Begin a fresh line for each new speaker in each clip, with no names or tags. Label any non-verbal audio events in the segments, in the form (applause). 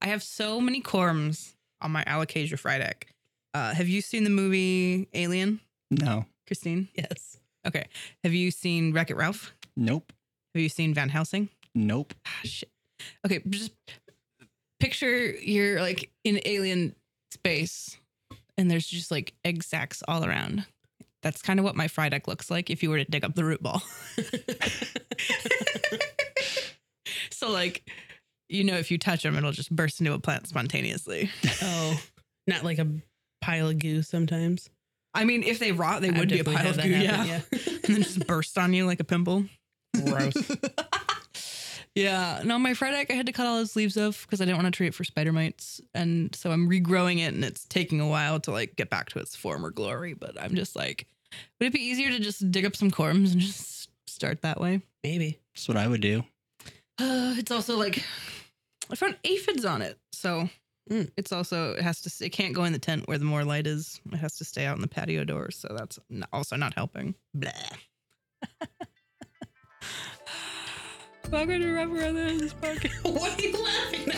I have so many corms on my Alocasia fry deck. Uh, have you seen the movie Alien,
No.
Christine?
Yes.
Okay. Have you seen Wreck It Ralph?
Nope.
Have you seen Van Helsing?
Nope.
Ah, shit. Okay. Just picture you're like in alien space and there's just like egg sacs all around. That's kind of what my fry deck looks like if you were to dig up the root ball. (laughs) so, like, you know, if you touch them, it'll just burst into a plant spontaneously.
oh, not like a pile of goo sometimes.
I mean, if they rot, they
I've
would be a
definitely
pile
had
of
that
goo. Yeah.
happen,
and then just burst on you like a pimple.
Gross.
(laughs) Yeah. No, my fried egg I had to cut all those leaves off because I didn't want to treat it for spider mites. And so I'm regrowing it and it's taking a while to like get back to its former glory. But I'm just like, would it be easier to just dig up some corms and just start that way? (laughs)
Maybe.
(laughs) That's what I would do.
Uh, (sighs) it's also like I found aphids on it. So
Mm.
it's also it has to it can't go in the tent where the more light is. It has to stay out in the patio doors. So that's n- also not helping. (sighs) Blah. Welcome to Rough Brothers this podcast.
What are you laughing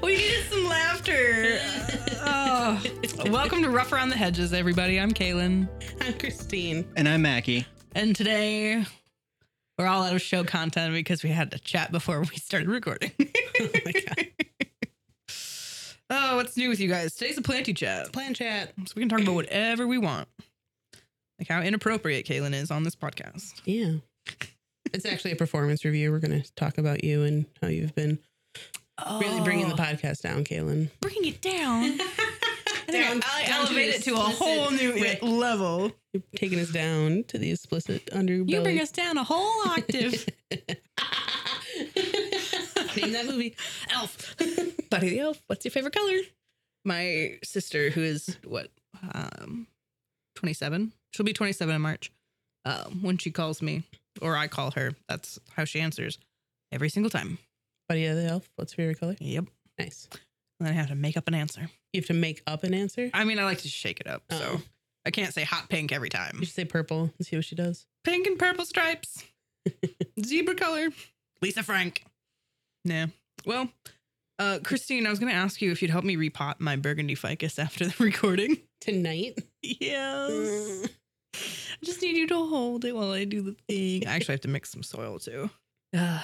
(laughs) We needed some laughter. (laughs) oh. (laughs) Welcome to Rough Around the Hedges, everybody. I'm Kaylin.
I'm Christine.
And I'm Mackie.
And today we're all out of show content because we had to chat before we started recording. (laughs) oh,
my God.
Oh, what's new with you guys? Today's a planty chat.
Plan chat.
So we can talk about whatever we want. Like how inappropriate Kaylin is on this podcast.
Yeah. It's actually a performance review. We're going to talk about you and how you've been really bringing the podcast down,
(laughs)
Kaylin.
bring Oh, it down. I think
Down-
I, I
down to
elevate
the
it to a whole new
explicit-
level.
You're taking us down to the explicit underbelly.
You bring us down a whole (laughs) octave.
Name that movie.
elf. Buddy the elf. What's your favorite color? My sister, who is what, um, 27? She'll be 27 in March. Um, when she calls me or I call her, that's how she answers every single time.
Buddy of the Elf. What's your favorite color?
Yep.
Nice.
And then I have to make up an answer.
You have to make up an answer.
I mean, I like to shake it up. So
Uh-oh.
I can't say hot pink every
You
time.
should say purple and see what she does.
Pink and purple stripes, zebra color, Lisa Frank. Nah. Well, uh, Christine, I was going to ask you if you'd help me repot my burgundy ficus after the (laughs) recording.
Tonight.
Yes. I just need you to hold it while I do the thing. I actually have to mix some soil too. Ugh.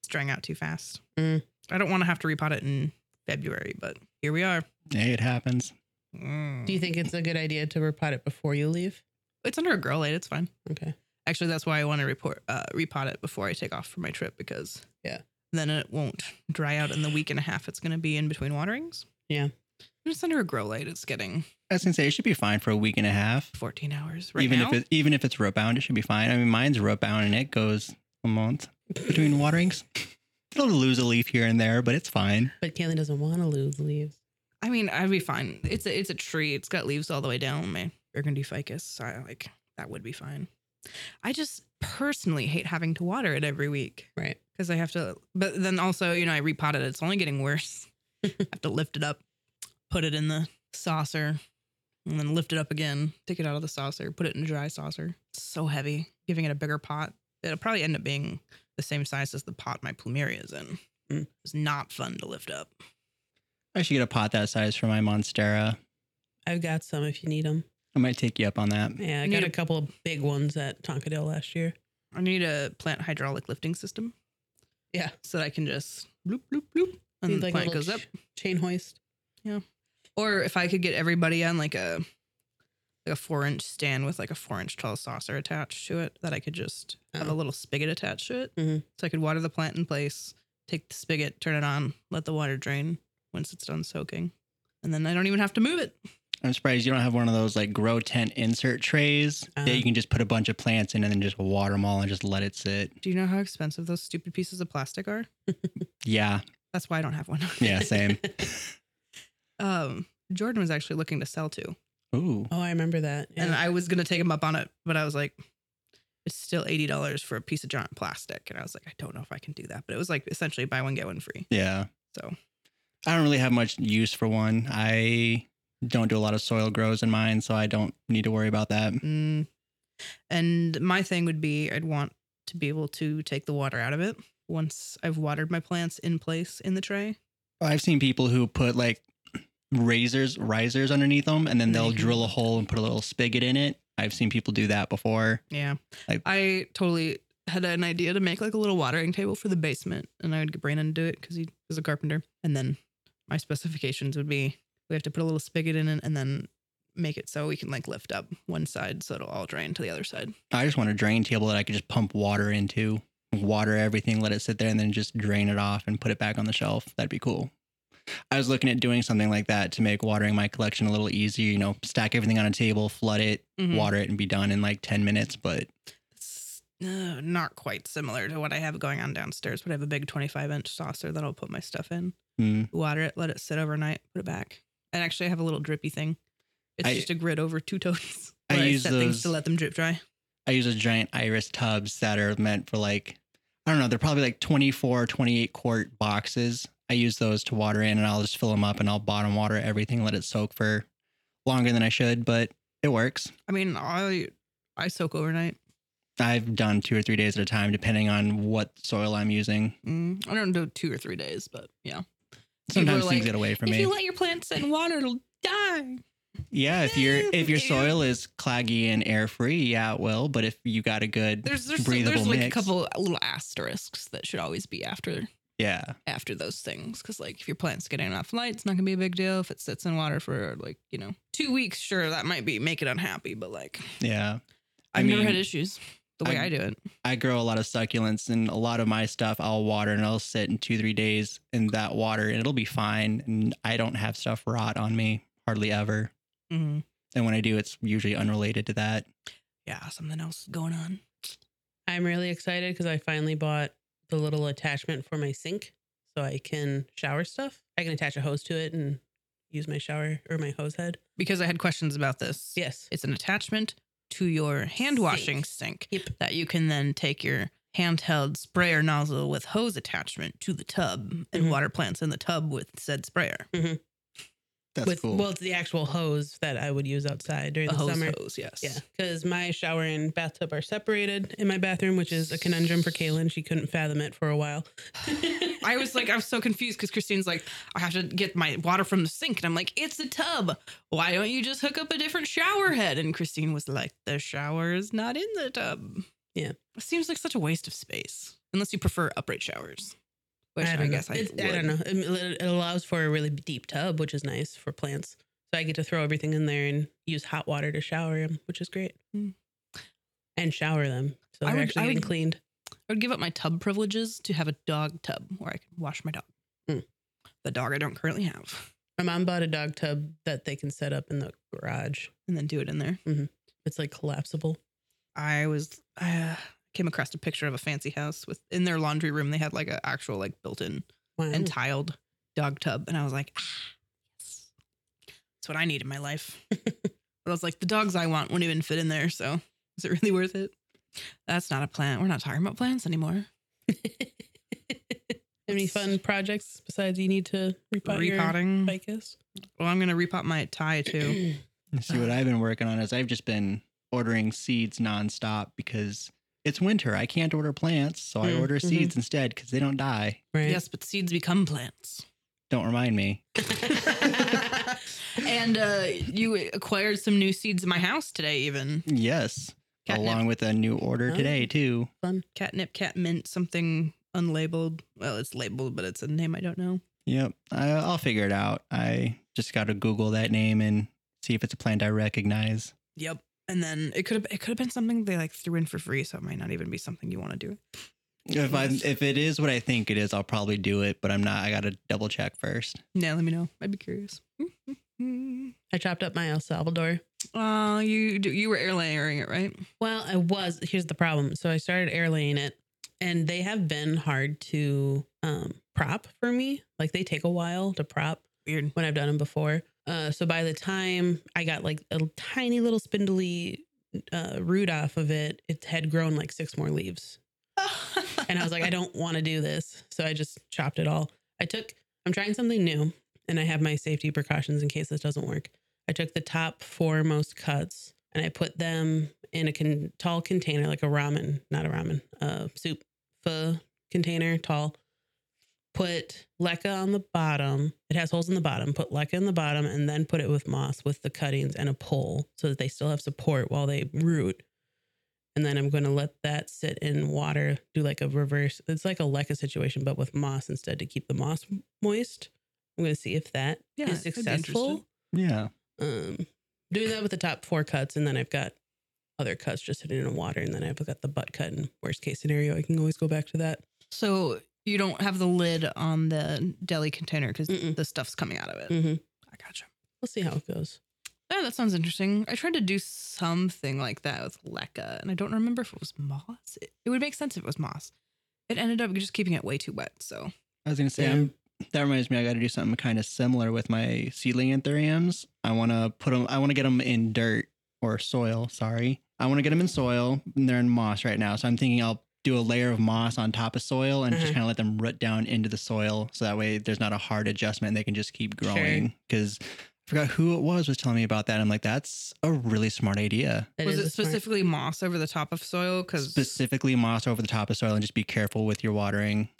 it's drying out too fast.
Mm.
I don't want to have to repot it in February, but here we are.
Hey, it happens.
Mm.
Do you think it's a good idea to repot it before you leave?
it's under a grow light. It's fine.
Okay.
Actually, that's why I want to report uh, repot it before I take off for my trip because
Yeah.
then it won't dry out in the week and a half. It's going to be in between waterings.
Yeah.
And it's under a grow light. It's getting
I was gonna say it should be fine for a week and a half.
14 hours right
even
now.
if it, even if it's rope bound, it should be fine. I mean, mine's rope bound and it goes a month between waterings. It'll lose a leaf here and there, but it's fine.
But Kaylin doesn't want to lose leaves.
I mean, I'd be fine. It's a it's a tree. It's got leaves all the way down. My burgundy ficus. So I like that would be fine. I just personally hate having to water it every week
Right.
because I have to. But then also, you know, I repotted it. It's only getting worse. I have to lift it up, put it in the saucer, and then lift it up again. Take it out of the saucer, put it in a dry saucer. It's so heavy. Giving it a bigger pot. It'll probably end up being the same size as the pot my plumeria is in.
Mm.
It's not fun to lift up.
I should get a pot that size for my monstera.
I've got some if you need them.
I might take you up on that.
Yeah, I
Need
got
a-
a couple of big ones at Tonkadale last year.
I need a plant hydraulic lifting system.
Yeah.
So that I can just bloop, bloop, bloop. And
Need,
the
like, a
plant
little
goes up.
ch- Chain hoist.
Or if I could get everybody on like a like a four inch stand with like a four inch tall saucer attached to it that I could just have a
Oh.
little spigot attached to it.
Mhm.
So I could water the plant in place, take the spigot, turn it on, let the water drain once it's done soaking. And then I don't even have to move it.
I'm surprised you don't have one of those like grow tent insert trays
Uh.
that you can just put a bunch of plants in and then just water them all and just let it sit.
Do you know how expensive those stupid pieces of plastic are?
Yeah,
That's why I don't have one. (laughs)
yeah, same.
um, Jordan was actually looking to sell to.
Ooh,
Oh, I remember that.
and
Yeah.
I was gonna take him up on it, but I was like, it's still eighty dollars for a piece of giant plastic, and I was like, I don't know if I can do that. But it was like essentially buy one get one free.
yeah.
So
I don't really have much use for one. I don't do a lot of soil grows in mine, so I don't need to worry about that.
mm. and my thing would be I'd want to be able to take the water out of it once I've watered my plants in place in the tray.
I've seen people who put like razors, risers underneath them, and then
And
they'll
they can-
drill a hole and put a little spigot in it. I've seen people do that before.
Yeah.
I-
I totally had an idea to make like a little watering table for the basement, and I would get Brandon to do it because he is a carpenter. And then my specifications would be we have to put a little spigot in it and then make it so we can like lift up one side so it'll all drain to the other side.
I just want a drain table that I could just pump water into, water everything, let it sit there, and then just drain it off and put it back on the shelf. That'd be cool. I was looking at doing something like that to make watering my collection a little easier. You know, stack everything on a table, flood it,
Mhm.
water it, and be done in like 10 minutes. But
It's uh, not quite similar to what I have going on downstairs, but I have a big 25 inch saucer that I'll put my stuff in,
hmm,
water it, let it sit overnight, put it back. And actually, I have a little drippy thing. It's
I-
just a grid over two (laughs) totes.
I
where
use
set things to
those-
let them drip dry.
I use those giant iris tubs that are meant for like, I don't know, they're probably like 24, 28 quart boxes. I use those to water in and I'll just fill them up and I'll bottom water everything, let it soak for longer than I should, but it works.
I mean, I I soak overnight.
I've done two or three days at a time, depending on what soil I'm using.
Mm, I don't do two or three days, but yeah. People are
Sometimes
like,
things get away from
if
me.
you let your plant sit in water, it'll die.
yeah, if your if your
Yeah.
soil is claggy and air free, yeah, it will. But if you got a good,
There's there's,
Breathable
there's like
mix.
a couple little asterisks that should always be after
yeah,
after those things because like if your plant's getting enough light, it's not gonna be a big deal. If it sits in water for like you know two weeks, sure that might be make it unhappy, but like
yeah. I
I've never
mean,
had issues the way
I-
I, do it.
I grow a lot of succulents and a lot of my stuff I'll water and I'll sit in two, three days in that water and it'll be fine. And I don't have stuff rot on me hardly ever.
Mm-hmm.
And when I do, it's usually unrelated to that.
Yeah, something else is going on.
I'm really excited because I finally bought the little attachment for my sink so I can shower stuff. I can attach a hose to it and use my shower or my hose head.
Because I had questions about this.
Yes.
It's an attachment to your hand washing sink
Yep.
that you can then take your handheld sprayer nozzle with hose attachment to the tub and
Mhm.
water plants in the tub with said sprayer.
That's
With, Well, it's the actual hose that I would use outside during
A
the
hose
summer.
hose, yes.
Yeah, because my shower and bathtub are separated in my bathroom, which is a conundrum for Kaylin. She couldn't fathom it for a while.
I was like, I was so confused because Christine's like, I have to get my water from the sink. And I'm like, it's a tub. Why don't you just hook up a different shower head? And Christine was like, the shower is not in the tub.
Yeah.
It seems like such a waste of space, unless you prefer upright showers, which I,
don't
guess
know.
I,
It's-
would.
I don't know. It, it allows for a really deep tub, which is nice for plants. So I get to throw everything in there and use hot water to shower them, which is great.
Hmm.
And shower them, so
I
they're
would-
actually
I
getting
would-
cleaned.
I would give up my tub privileges to have a dog tub where I can wash my dog.
Hmm.
The dog I don't currently have, (laughs)
My mom bought a dog tub that they can set up in the garage.
and then do it in there.
It's like collapsible.
I was I uh, came across a picture of a fancy house with in their laundry room. They had like an actual like built-in
Wow. (laughs)
and tiled dog tub, and I was like, ah, yes, that's what I need in my life. but I was like, the dogs I want won't even fit in there, so is it really worth it? That's not a plant. We're not talking about plants anymore.
Any fun projects besides you need to repot, repotting
Repotting.
your ficus?
Well, I'm gonna repot my tie too.
And See what I've been working on is I've just been ordering seeds nonstop because it's winter. I can't order plants, so I
Mm,
order
mhm.
seeds instead because they don't die.
(clears throat) right.
yes, but seeds become plants.
Don't remind
(laughs)
me.
(laughs) and uh, you acquired some new seeds in my house today, even
Yes,
Catnip.
along with a new order
Oh.
today too.
catnip, cat mint, something unlabeled. Well, it's labeled, but it's a name I don't know.
Yep, I, uh, I'll figure it out. I just got to Google that name and see if it's a plant I recognize.
Yep. And then it could have it could have been something they like threw in for free, so it might not even be something you want to do.
If I
Yes.
if it is what I think it is, I'll probably do it. But I'm not. I got to double check first.
Yeah, let me know. I'd be (laughs) curious. Oh,
I chopped up my El Salvador.
you do, you were air layering it, right?
Well, I was. Here's the problem. So I started airlaying it, and they have been hard to um, prop for me. Like they take a while to prop
(laughs) Weird.
when I've done them before. Uh, so by the time I got like a tiny little spindly uh, root off of it, it had grown like six more leaves. And I was like, I don't want to do this. So I just chopped it all. I took, I'm trying something new and I have my safety precautions in case this doesn't work. I took the top four most cuts and I put them in a con- tall container, like a ramen, not a ramen, uh, soup pho container, tall. Put leca on the bottom. It has holes in the bottom. Put leca in the bottom and then put it with moss with the cuttings and a pole so that they still have support while they root. And then I'm going to let that sit in water, do like a reverse. It's like a leca situation, but with moss instead to keep the moss moist. I'm going to see if that is
Yeah, I'd be
successful
interested.
Yeah.
um doing that with the top four cuts and then i've got other cuts just sitting in water and then i've got the butt cut and worst case scenario i can always go back to that
So you don't have the lid on the deli container because
Mm-mm.
the stuff's coming out of it.
mm-hmm.
Mm. I gotcha.
we'll see how it goes
Yeah, Oh, that sounds interesting. I tried to do something like that with leca, and I don't remember if it was moss. It, it would make sense if it was moss. It ended up just keeping it way too wet. So
I was gonna say
Yeah.
I'm, that reminds me. I got to do something kind of similar with my seedling anthuriums. I want to put them. I want to get them in dirt or soil. Sorry, I want to get them in soil, and they're in moss right now. So I'm thinking I'll do a layer of moss on top of soil and just
Mm-hmm.
Uh-huh.
kind of let them root down into the soil. So that way, there's not a hard adjustment. They can just keep
Sure.
growing. Because I forgot who it was was telling me about that. I'm like, that's a really smart idea.
That
was
is
it
a smart-
specifically moss over the top of soil? Because
Specifically, moss over the top of soil, and just be careful with your watering.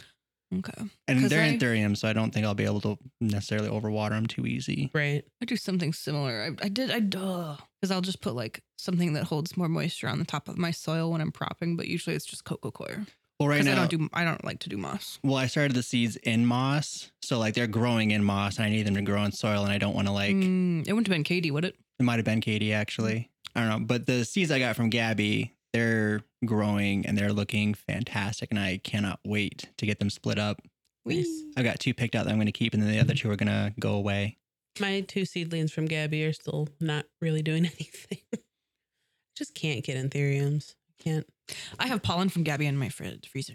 okay,
And
'Cause
they're
I-
anthuriums, so I don't think I'll be able to necessarily overwater them too easy.
right
I do something similar. I, I did I duh because I'll just put like something that holds more moisture on the top of my soil when I'm propping, but usually it's just coco coir
Well, right
because
now,
I don't do I don't like to do moss.
well, I started the seeds in moss, so like they're growing in moss, and I need them to grow in soil, and I don't want to like.
Mm, it wouldn't have been Katie, would it?
It might have been Katie actually. I don't know, but the seeds I got from Gabby, they're growing and they're looking fantastic, and I cannot wait to get them split up.
Nice.
Whee.
I've got two picked out that I'm going to keep, and then the other two are going to go away.
my two seedlings from gabby are still not really doing (laughs) anything just can't get anthuriums can't
I have pollen from Gabby in my fri- freezer.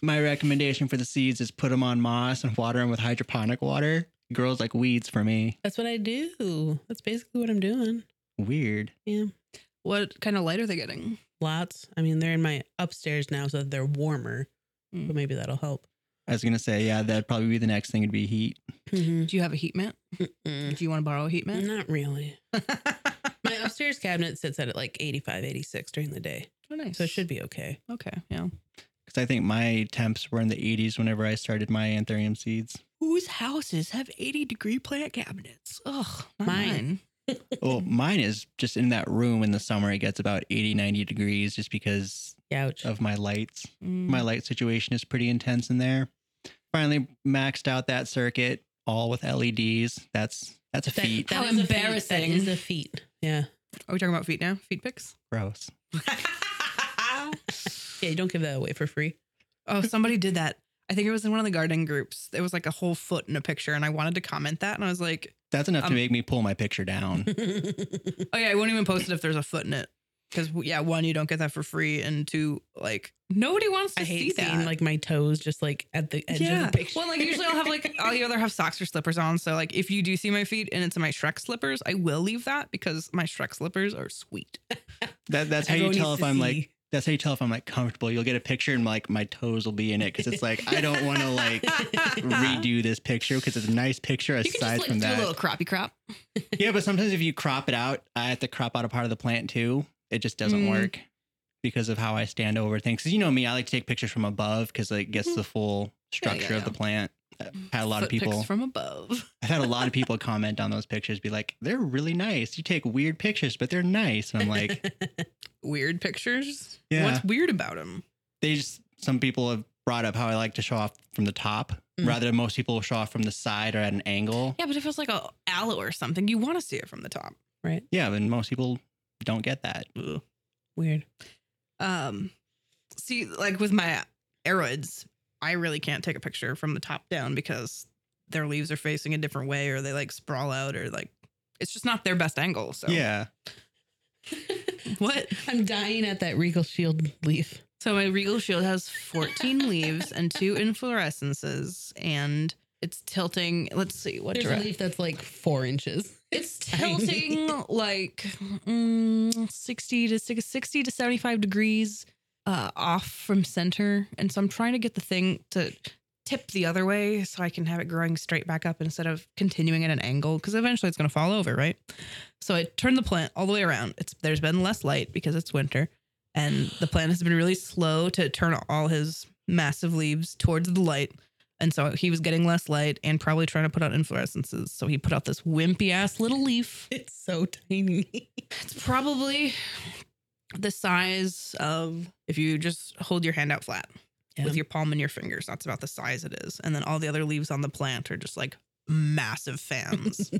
My recommendation for the seeds is put them on moss and water them with hydroponic water. Grows like weeds for me.
that's what i do that's basically what i'm doing
Weird.
What kind of light are they getting?
lots i mean they're in my upstairs now so they're warmer
Mm.
but maybe that'll help
I was gonna say, yeah, that'd probably be the next thing. It'd be heat.
(laughs) mm-hmm.
Do you have a heat mat? Do you want to borrow a heat mat?
not really
(laughs)
My
oh,
upstairs cabinet sits at like 85, 86 during the day.
nice.
So it should be okay.
Okay. Yeah.
Because I think my temps were in the 80s whenever I started my anthurium seeds.
Whose houses have 80 degree plant cabinets? Ugh, not
Mine.
mine. (laughs)
well, mine is just in that room in the summer. It gets about 80, 90 degrees just because
Ouch.
of my lights.
Mm.
My light situation is pretty intense in there. Finally maxed out that circuit all with LEDs. That's that's a feat.
How
is a feat.
embarrassing.
That is a feat.
(laughs)
Yeah.
Are we talking about feet now? Feet pics?
Gross.
Yeah, you don't give that away for free. (laughs)
oh, somebody did that. I think it was in one of the gardening groups. It was like a whole foot in a picture, and I wanted to comment that, and I was like,
That's enough to
Um,
make me pull my
(laughs)
picture down.
"Oh yeah, I won't even post it if there's a foot in it, because yeah, one, you don't get that for free, and two, like nobody wants to
I
see
hate
that."
seeing like my toes just like at the edge
yeah.
of the picture.
Well, like usually I'll have like (laughs) I'll either have socks or slippers on. So like if you do see my feet and it's my Shrek slippers, I will leave that because my Shrek slippers are sweet. (laughs)
That, that's how you
Everyone
tell
needs
if
to
I'm like
see.
that's how you tell if I'm like comfortable. You'll get a picture and like my toes will be in it because it's like I don't want
(laughs)
to like redo this picture because it's a nice picture
Uh-huh. You can
aside
just like
from
do a
that.
little croppy crop.
yeah, but sometimes if you crop it out, I have to crop out a part of the plant too. It just doesn't
Mm.
work because of how I stand over things. 'Cause you know me, I like to take pictures from above because it gets the full
Mm-hmm. Yeah, yeah,
structure of the
yeah.
plant. I've had a lot of
Foot pics
people.
from above.
I've had a lot of
(laughs)
people comment on those pictures, be like, "They're really nice. You take weird pictures, but they're nice." And
(laughs)
I'm like,
Weird pictures.
Yeah.
What's weird about them?
they just some people have brought up how I like to show off from the top
Mm.
rather than most people will show off from the side or at an angle.
Yeah, but if it's like a aloe or something, you want to see it from the top.
right.
Yeah, and most people don't get that.
(laughs)
(laughs)
Weird.
Um, see, like with my aeroids, I really can't take a picture from the top down because their leaves are facing a different way, or they like sprawl out, or like it's just not their best angle. So
Yeah.
what?
I'm dying at that regal shield leaf.
So my regal shield has 14 leaves and two inflorescences, and it's tilting. Let's see what
There's
(laughs)
a
direction.
leaf that's like four inches. (laughs)
It's
tiny.
tilting like mm, 60 to six- 60 to 75 degrees uh, off from center. And so I'm trying to get the thing to tip the other way so I can have it growing straight back up instead of continuing at an angle because eventually it's going to fall over, right? So I turned the plant all the way around. It's there's been less light because it's winter and the plant has been really slow to turn all his massive leaves towards the light. And so he was getting less light and probably trying to put out inflorescences. So he put out this wimpy ass little leaf.
It's so tiny. (laughs)
It's probably the size of if you just hold your hand out flat
Yeah.
with your palm and your fingers. That's about the size it is. And then all the other leaves on the plant are just like massive
(laughs)
fans.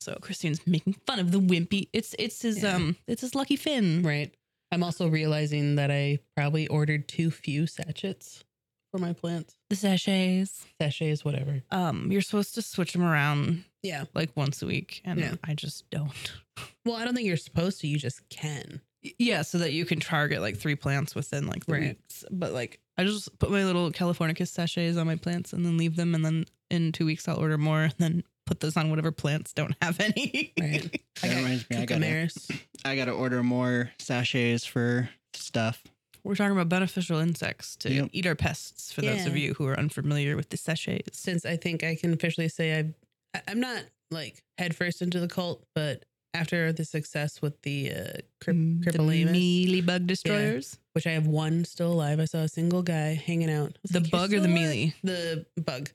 so Christine's making fun of the wimpy. It's it's his
Yeah.
um it's his lucky fin.
Right. I'm also realizing that I probably ordered too few sachets for my plants.
The sachets.
Sachets, whatever.
Um, you're supposed to switch them around
Yeah.
like once a week, and
Yeah.
I just don't.
Well, I don't think you're supposed to. You just can.
Yeah, so that you can target like three plants within like the
Right.
weeks. But like I just put my little Californicus sachets on my plants and then leave them and then in two weeks I'll order more and then put those on whatever plants don't have any.
Right.
That reminds me, I gotta,
Cucumaris.
I gotta order more sachets for stuff.
(laughs) We're talking about beneficial insects to
Yep.
eat our pests for those of
Yeah.
you who are unfamiliar with the sachets.
Since I think I can officially say I've, I- I'm not like headfirst into the cult, but after the success with the uh, cryp-
Mm, the
cryptolamus,
mealy bug destroyers.
which I have one still alive, I saw a single guy hanging out. I was
The
like, "You're
bug or
still
the
alive?"
mealy?
The bug.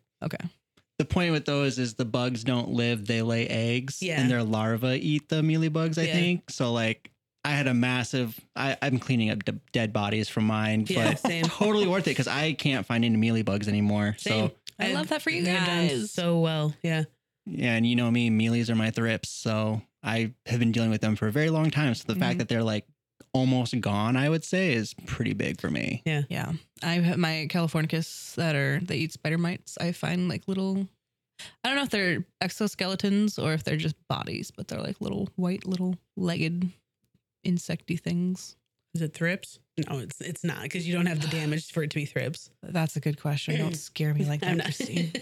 The point with those is the bugs don't live; they lay eggs,
Yeah.
and their larvae eat the mealybugs. I
Yeah.
think so. Like, I had a massive. I, I'm cleaning up d- dead bodies from mine,
Yeah,
(laughs)
but
same.
totally worth it because I can't find any mealybugs anymore.
Same.
So
I love that for you
they've done
guys.
so well. Yeah.
yeah, and you know me, mealies are my thrips. So I have been dealing with them for a very long time. So the
Mhm.
Mm-hmm.
fact that they're like almost gone, I would say, is pretty big for me.
Yeah. I have my Californicus that are they eat spider mites. I find like little I don't know if they're exoskeletons or if they're just bodies, but they're like little white little legged insecty things.
Is it thrips? No, it's it's not because you don't
(sighs)
have the damage for it to be thrips.
That's a good question. (clears throat) Don't scare me like that,
I'm not.
Christine. (laughs)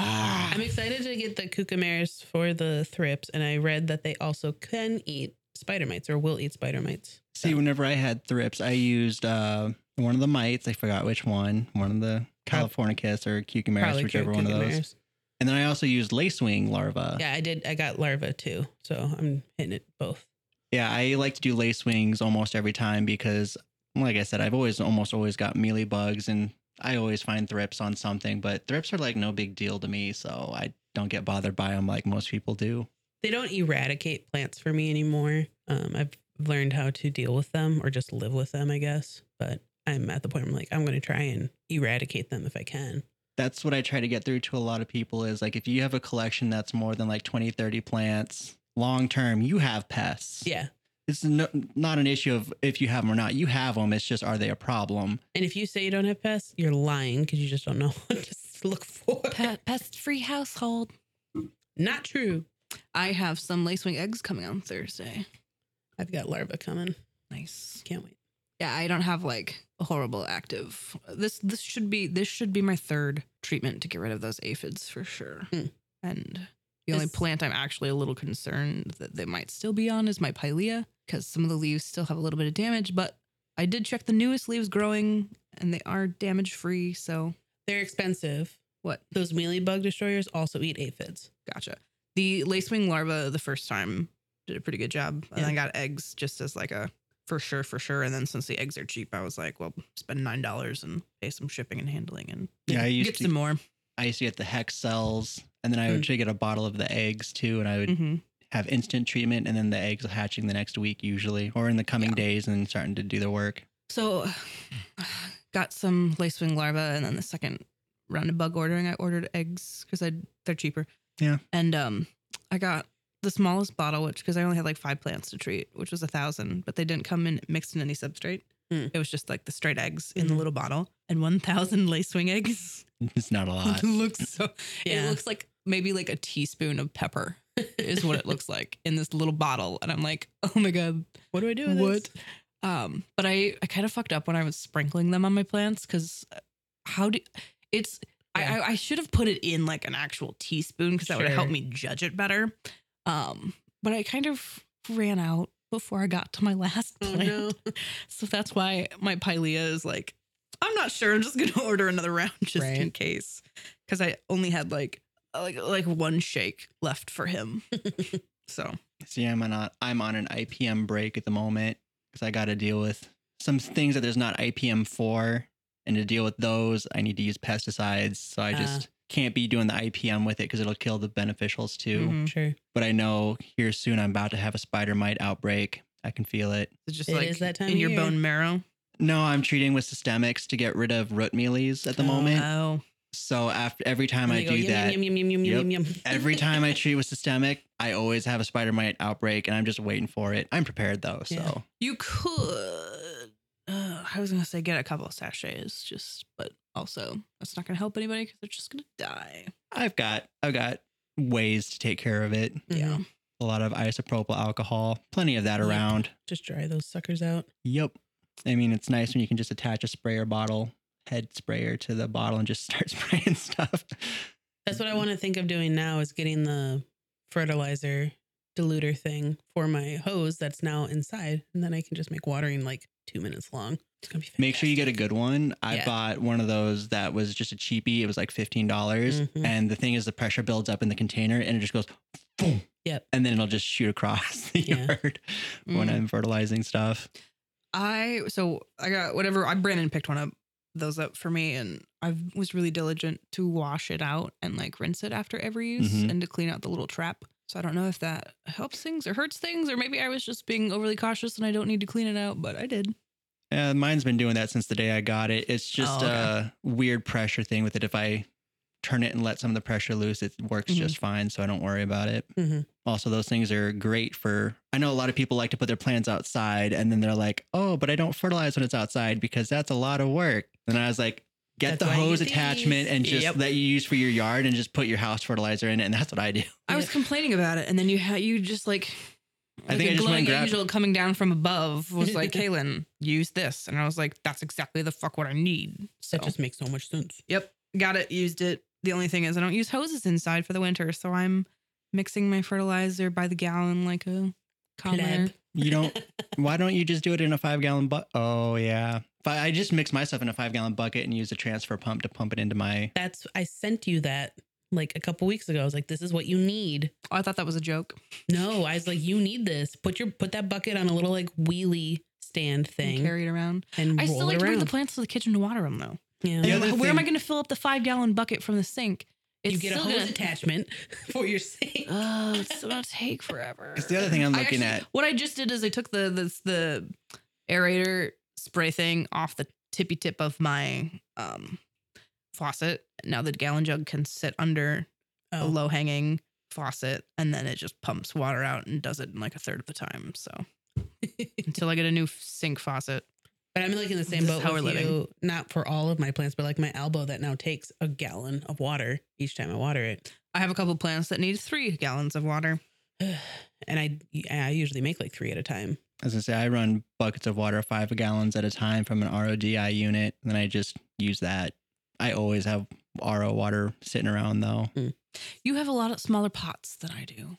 Ah.
(laughs) I'm excited to get the cucumaris for the thrips, and I read that they also can eat spider mites or will eat spider mites.
See, whenever I had thrips, I used uh, one of the mites. I forgot which one. One of the
Prob-
Californicus or Cucumaris, whichever one of those.
cucumaris.
And then I also used lacewing larva.
Yeah, I did. I got larva too, so I'm hitting it both.
Yeah, I like to do lace wings almost every time because, like I said, I've always almost always got mealy bugs and I always find thrips on something, but thrips are like no big deal to me. So I don't get bothered by them like most people do.
They don't eradicate plants for me anymore. Um, I've learned how to deal with them or just live with them, I guess. But I'm at the point where I'm like, I'm going to try and eradicate them if I can.
That's what I try to get through to a lot of people is like if you have a collection that's more than like 20, 30 plants long term, you have pests.
Yeah.
It's no, not an issue of if you have them or not. You have them. It's just are they a problem?
And if you say you don't have pests, you're lying because you just don't know (laughs) what to look for.
Pest free household.
Not true.
I have some lacewing eggs coming out on Thursday.
I've got larva coming.
Nice.
Can't wait.
Yeah, I don't have like a horrible active. This this should be this should be my third treatment to get rid of those aphids for sure.
Hmm.
And the only
This-
plant I'm actually a little concerned that they might still be on is my pilea because some of the leaves still have a little bit of damage. But I did check the newest leaves growing and they are damage free. So
They're expensive.
what?
Those mealy bug destroyers also eat aphids.
Gotcha. The lacewing larva the first time did a pretty good job. And
Yeah.
I got eggs just as like a for sure, for sure. And then since the eggs are cheap, I was like, well, spend nine dollars and pay some shipping and handling and
Yeah, I used
get
to-
some more.
I used to get the hex cells and then I would
Mm.
try to get a bottle of the eggs too. And I would
Mhm.
have instant treatment and then the eggs hatching the next week usually or in the coming
Yeah.
days and starting to do their work (laughs)
So (sighs) got some lacewing larva and then the second round of bug ordering I ordered eggs because I they're cheaper.
Yeah.
And um I got the smallest bottle, which because I only had like five plants to treat, which was a thousand, but they didn't come in mixed in any substrate.
Hmm.
It was just like the straight eggs in the
Mhm.
little bottle and one thousand lacewing eggs. (laughs)
it's not a lot
it looks so it
Yeah.
looks like maybe like a teaspoon of pepper
(laughs)
is what it looks like in this little bottle. And I'm like, oh my god,
What do I do with
What?
this?
um, but I, I kind of fucked up when I was sprinkling them on my plants because how do it's I,
Yeah.
I I should have put it in like an actual teaspoon because that would have
Sure.
helped me judge it better. Um, but I kind of ran out before I got to my (laughs) last
Oh,
plant,
no.
so that's why my pilea is like I'm not sure. I'm just (laughs) gonna order another round just in
Right.
case because I only had like uh, like like one shake left for
(laughs)
him. so
see i'm on i'm on an ipm break at the moment because i got to deal with some things that there's not ipm for And to deal with those, I need to use pesticides. So I
Ah.
just can't be doing the IPM with it because it'll kill the beneficials too.
Mhm.
Sure.
But I know here soon I'm about to have a spider mite outbreak. I can feel it.
It's just
It
like
is that time
in
of
your
year.
bone marrow.
No, I'm treating with systemics to get rid of root mealies at the
Oh,
moment.
Oh,
so after every time
And
I
they go,
do
yum,
that,
(laughs) Yum, yum, yum, yum, yum, yum, yum.
every time
(laughs)
I treat with systemic, I always have a spider mite outbreak and I'm just waiting for it. I'm prepared though. So
Yeah.
you could. Uh, I was gonna say get a couple of sachets, just but also that's not gonna help anybody because they're just gonna die.
I've got I've got ways to take care of it.
Yeah.
A lot of isopropyl alcohol, plenty of that
Yep.
around.
Just dry those suckers out.
Yep. I mean, it's nice when you can just attach a sprayer bottle, head sprayer to the bottle and just (laughs) start spraying stuff.
That's what I want to think of doing now is getting the fertilizer diluter thing for my hose that's now inside, and then I can just make watering like two minutes long. It's gonna be
Make sure you get a
fantastic.
good one. I
Yeah.
bought one of those that was just a cheapie. It was like $15. dollars
Mhm.
And the thing is, the pressure builds up in the container and it just goes boom.
Yep.
And then it'll just shoot across (laughs) the
Yeah.
yard when
Mm.
I'm fertilizing stuff.
I so I got whatever I Brandon picked one up those up for me and I was really diligent to wash it out and like rinse it after every use
Mhm.
and to clean out the little trap. So I don't know if that helps things or hurts things or maybe I was just being overly cautious and I don't need to clean it out, but I did.
Yeah, Uh, mine's been doing that since the day I got it. It's just
Oh, okay.
a weird pressure thing with it. If I turn it and let some of the pressure loose, it works
Mhm.
Mm-hmm.
just fine. So I don't worry about it.
Mhm.
Also, those things are great for. I know a lot of people like to put their plants outside and then they're like, oh, but I don't fertilize when it's outside because that's a lot of work. And I was like, get
That's
the
why you
hose
get these.
attachment and just
Yep.
that you use for your yard and just put your house fertilizer in it. And that's what I do.
I was
Yeah.
complaining about it and then you had you just like
I
like
think
a
I just went
glowing
and grabbed-
angel coming down from above was
(laughs)
like, Kaylin, use this. And I was like, that's exactly the fuck what I need. So
That just makes so much sense.
Yep. Got it. Used it. The only thing is I don't use hoses inside for the winter, so I'm mixing my fertilizer by the gallon like a commoner.
Pleb.
You don't
(laughs)
Why don't you just do it in a five gallon bucket? Oh yeah, If I, I just mix my stuff in a five gallon bucket and use a transfer pump to pump it into my.
That's I sent you that like a couple weeks ago. I was like, this is what you need.
Oh, I thought that was a joke.
No, I was like, you need this. Put your put that bucket on a little like wheelie stand
And
thing and,
carry it around. I
roll
still like
it
to bring
around.
the plants to the kitchen to water them though.
yeah.
The
Like,
other
where am I
thing-
going to fill up the five gallon bucket from the sink?
you get a
still
hose
gonna-
attachment (laughs) for your sink.
Oh, it's still gonna take forever.
It's the other thing I'm
I
looking
actually- What I just did is I took the this the aerator spray thing off the tippy tip of my um faucet. Now the gallon jug can sit under a
Oh,
low hanging faucet and then it just pumps water out and does it in like a third of the time. So until I get a new sink faucet.
But I'm like in the same
This is
boat
how
with
we're living.
you. Not for all of my plants, but like my elbow that now takes a gallon of water each time I water it.
I have a couple plants that need three gallons of water.
And I I usually make like three at a time.
at. As I say, I run buckets of water five gallons at a time from an RODI unit, and then I just use that. I always have RO water sitting around
(laughs)
though.
You have a lot of smaller pots than I do.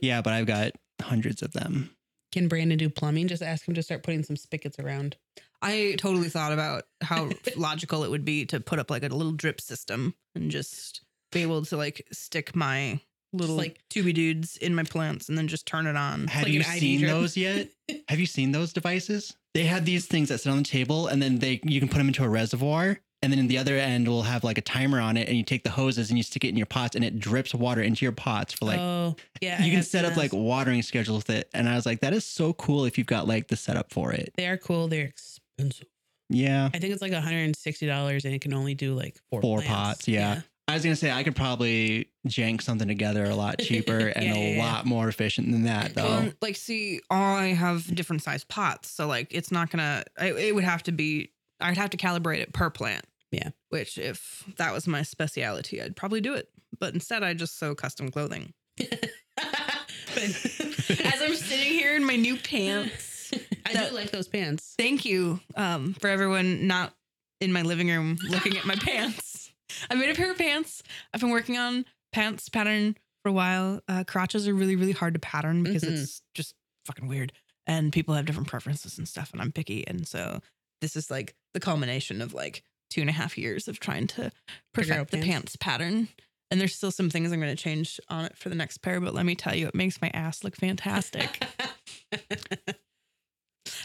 yeah, but I've got hundreds of them.
Can Brandon do plumbing? Just ask him to start putting some
(laughs)
spigots around.
I totally thought about (laughs) how logical it would be to put up like a little drip system and just be able to like stick my little
like-
like tubey dudes in my plants and then just turn it on.
Have
like
you
an IV
seen
drip.
those yet? Have you seen those devices? They have these things that sit on the table, and then they you can put them into a reservoir, and then in the other end will have like a timer on it, and you take the hoses and you stick it in your pots, and it drips water into your pots for like.
oh, yeah. I
you can
have
set
seen
up like
those.
watering schedules with it, and I was like, that is so cool if you've got like the setup for it.
They are cool. They're expensive.
Yeah,
I think it's like $160 and it can only do like four,
Four
plants.
pots, yeah. I was gonna say I could probably jank something together a
(laughs)
lot cheaper and
Yeah,
a
yeah, yeah.
lot more efficient than that, though.
Well, and, like, see, I have different size pots, so like, it's not gonna. I, it would have to be. I'd have to calibrate it per plant.
Yeah.
Which, if that was my specialty, I'd probably do it. But instead, I just sew custom clothing.
(laughs) but (laughs)
As I'm sitting here in my (laughs) new pants.
I
That-
do
(laughs)
like those pants.
Thank you um, for everyone not in my living room looking at my (laughs) pants. I made a pair of pants. I've been working on pants pattern for a while. Uh, crotches are really, really hard to pattern because
Mhm.
it's just fucking weird. And people have different preferences and stuff. And I'm picky. And so this is like the culmination of like two and a half years of trying to
Figure out
perfect the
pants.
pants pattern. And there's still some things I'm going to change on it for the next pair. But let me tell you, it makes my ass look
(laughs)
fantastic.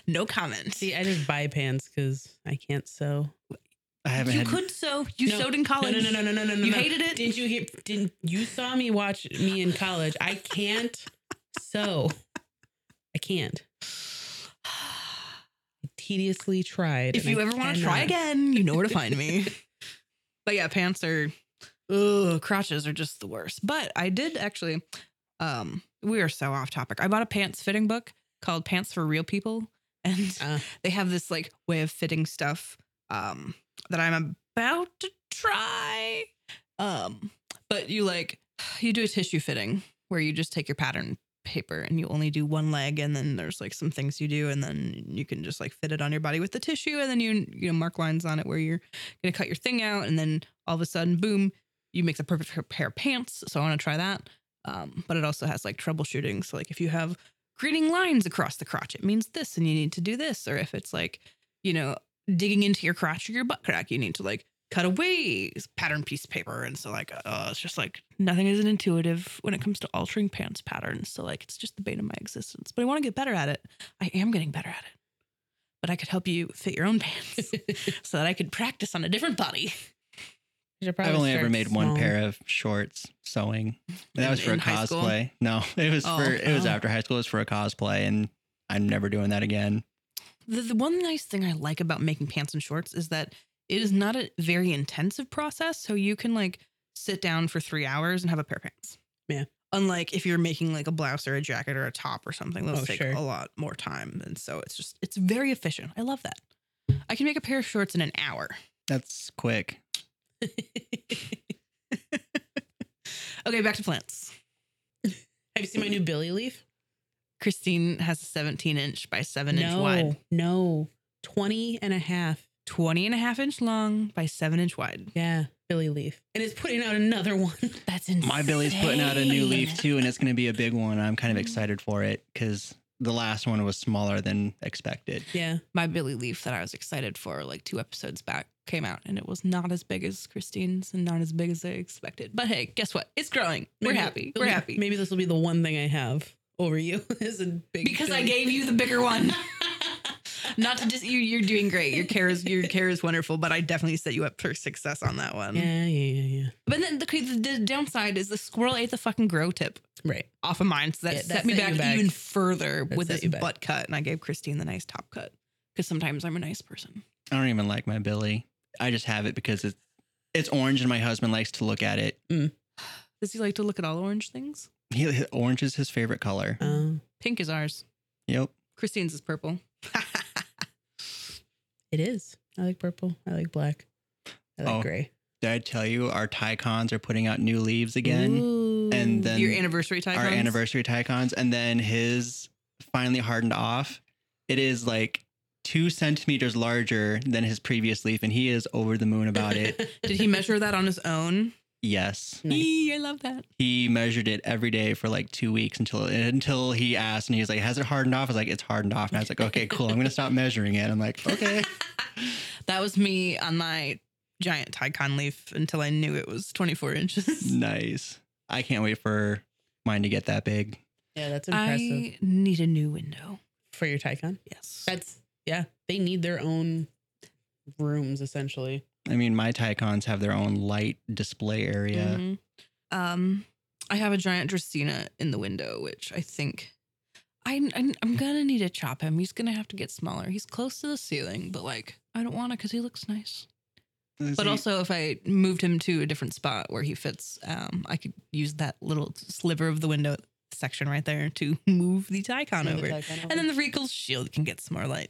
no comment.
See, I just buy pants because I can't sew.
I haven't
You
had.
could sew. You
No.
sewed in college.
No, no, no, no, no, no, no.
You
no.
hated it?
Didn't you hear? Didn't you saw me watch me in college? I can't sew. I can't. I tediously tried.
If
and
you
I
ever want to try
cannot.
again, you know where to find
(laughs)
me. But yeah, pants are, ugh, crotches are just the worst. But I did actually, um, we are so off topic. I bought a pants fitting book called Pants for Real People, (laughs) and
Uh.
they have this like way of fitting stuff um, that I'm about to try. Um, but you like, (sighs) you do a tissue fitting where you just take your pattern paper and you only do one leg and then there's like some things you do and then you can just like fit it on your body with the tissue and then you you know mark lines on it where you're gonna cut your thing out and then all of a sudden boom you make the perfect pair of pants so i want to try that um, but it also has like troubleshooting so like if you have creating lines across the crotch it means this and you need to do this or if it's like you know digging into your crotch or your butt crack you need to like cut away pattern piece of paper and so like uh, it's just like nothing isn't intuitive when it comes to altering pants patterns so like it's just the bane of my existence but i want to get better at it i am getting better at it but i could help you fit your own pants so that i could practice on a different body
You should
I've
probably
only ever
start
made one
small.
pair of shorts sewing. And that was for
Mm. In
a
high school?
cosplay. No, (laughs) it was
Oh,
for it was
oh.
after high school. It was for a cosplay, and I'm never doing that again.
the, the one nice thing I like about making pants and shorts is that it is not a very intensive process. So you can like sit down for three hours and have a pair of pants.
Yeah.
Unlike if you're making like a blouse or a jacket or a top or something, those
Oh,
take
sure.
a lot more time. And so it's just, it's very efficient. I love that. I can make a pair of shorts in an hour.
That's quick.
Okay, back to plants.
(laughs) Have you seen my new Billy leaf?
Christine has a 17 inch by 7 inch
no,
wide,
no, 20 and a half.
20 and a half inch long by 7 inch wide.
Yeah, Billy leaf, and it's putting out another one.
(laughs) That's insane.
My Billy's putting out a new leaf too, and it's going to be a big one. I'm kind of
Mm.
excited for it because the last one was smaller than expected.
Yeah,
my Billy Leaf that I was excited for like two episodes back came out and it was not as big as Christine's and not as big as I expected. But hey, guess what? It's growing. We're
Maybe-
happy. We're
maybe-
happy.
Maybe this will be the one thing I have over you (laughs) is a big
because I
Billy.
gave you the bigger
(laughs)
one. not to just you you're doing great. Your care is your care is wonderful, but I definitely set you up for success on that
Um,
one.
Yeah, yeah, yeah, yeah.
But then the, the downside is the squirrel ate the fucking grow tip
Right.
off of mine. So that
Yeah, that
set me
set
back,
you back.
even further
That
with
set
this
you back.
butt cut. And I gave Christine the nice top cut. Because sometimes I'm a nice person.
I don't even like my Billy. I just have it because it's it's orange, and my husband likes to look at it.
Does he like to look at all orange things?
He, orange is his favorite color.
Uh.
Um,
Pink is ours.
Yep.
Christine's is
(laughs)
purple.
it is. I like purple. I like black. I like
Oh,
gray.
Did I tell you our Tycons are putting out new leaves again? and then
Your anniversary type.
our
ones?
anniversary Tycons, and then his finally hardened off. It is like two centimeters larger than his previous leaf, and he is over the moon
(laughs)
about
(laughs)
it.
Did he measure that on his
(laughs)
own?
yes,
Nice.
Eee, I love that.
he measured it every day for like two weeks until until he asked, and he was like, "Has it hardened off?" I was like, "It's hardened off," and I was like, "Okay, cool. I'm gonna stop measuring it." I'm like, "Okay."
(laughs) That was me on my giant Tycon leaf until I knew it was 24 inches.
Nice. I can't wait for mine to get that big.
Yeah, that's impressive
(laughs) I need a new window.
for your Tycon.
Yes.
That's yeah. They need their own rooms essentially.
I mean, my Tycons have their own light display area.
Mhm. Um, I have a giant Dracaena in the window, which I think I, I I'm gonna need to chop him. He's gonna have to get smaller. He's close to the ceiling, but like I don't want to because he looks nice. Mm-hmm. But also, if I moved him to a different spot where he fits, um, I could use that little sliver of the window section right there to (laughs) move the Tycon
Move
over.
the Tycon over.
And
(laughs)
then the Regal's shield can get some more light.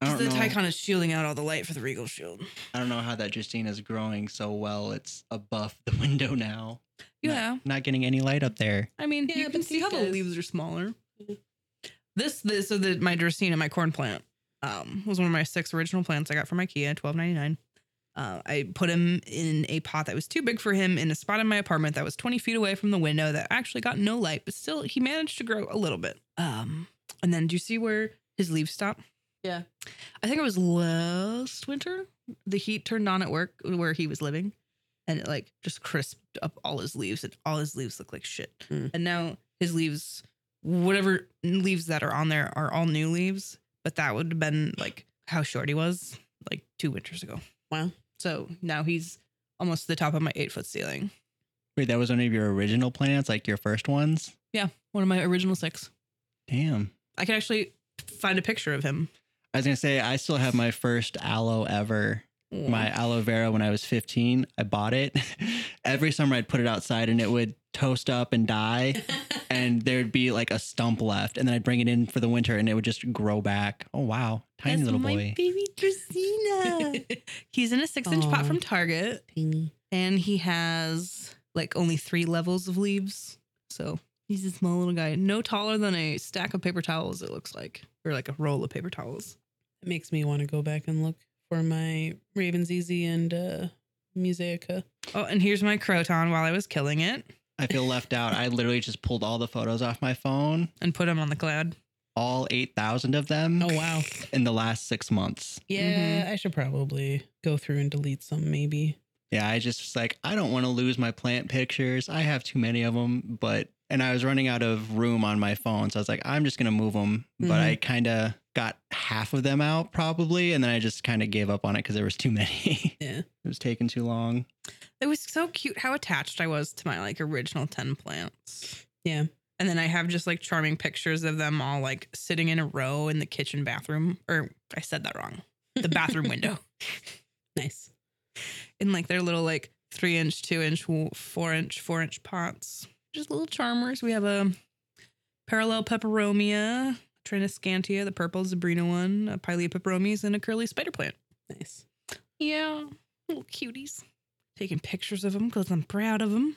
I don't
Because the
know.
Tycon is shielding out all the light for the Regal shield.
I don't know how that Justine is growing so well. It's above the (laughs) window now.
Yeah.
Not getting any light up there.
I mean,
Yeah,
you can
but
see how
these
the
guys-
leaves are smaller.
Yeah.
This, this, so the my Dracaena, my corn plant, um, was one of my six original plants I got from IKEA, twelve ninety nine. Uh, I put him in a pot that was too big for him in a spot in my apartment that was twenty feet away from the window that actually got no light, but still he managed to grow a little bit. Um, and then do you see where his leaves stop?
Yeah.
I think it was last winter. The heat turned on at work where he was living, and it like just crisped up all his leaves, and all his leaves look like shit.
Mm.
And now his leaves, whatever leaves that are on there, are all new leaves. But that would have been like how short he was. like two winters ago.
Wow.
So now he's almost to the top of my eight foot ceiling.
Wait, that was one of your original plants, like your first ones?
Yeah, one of my original six.
Damn.
I could actually find a picture of him.
I was gonna say I still have my first aloe ever. my aloe vera when I was 15. I bought it. (laughs) Every summer I'd put it outside and it would toast up and die and there'd be like a stump left and then I'd bring it in for the winter and it would just grow back. Oh wow. Tiny little boy.
baby Drazina. (laughs) he's in a six inch pot
Aw.
from Target,
Teeny.
and he has like only three levels of leaves. So he's a small little guy, no taller than a stack of paper towels. It looks like, or like a roll of paper towels.
It makes me want to go back and look for my Raven's Easy and uh, Museica.
Oh, and here's my croton while I was killing it
I feel left out. I literally just pulled all the photos off my phone,
and put him on the cloud.
all 8,000 of them
Oh wow. Mm-hmm.
in the last 6 months.
Yeah, I should probably go through and delete some maybe.
Yeah, I just was like I don't want to lose my plant pictures. I have too many of them, but and I was running out of room on my phone, so I was like I'm just going to move them, but I
Mm-hmm.
kind of got half of them out probably and then I just kind of gave up on it cuz there was too many. (laughs)
Yeah.
it was taking too long.
It was so cute how attached I was to my like original 10 plants.
Yeah.
And then I have just like charming pictures of them all like sitting in a row in the kitchen bathroom or I said that wrong. The (laughs) bathroom window
Nice.
in like their little like 3 inch, 2 inch, w- 4 inch, 4 inch pots. Just little charmers. We have a parallel peperomia, triniscantia, the purple zabrina one, a pilea peperomies and a curly spider plant.
Nice.
Yeah, little cuties. Taking pictures of them because I'm proud of them.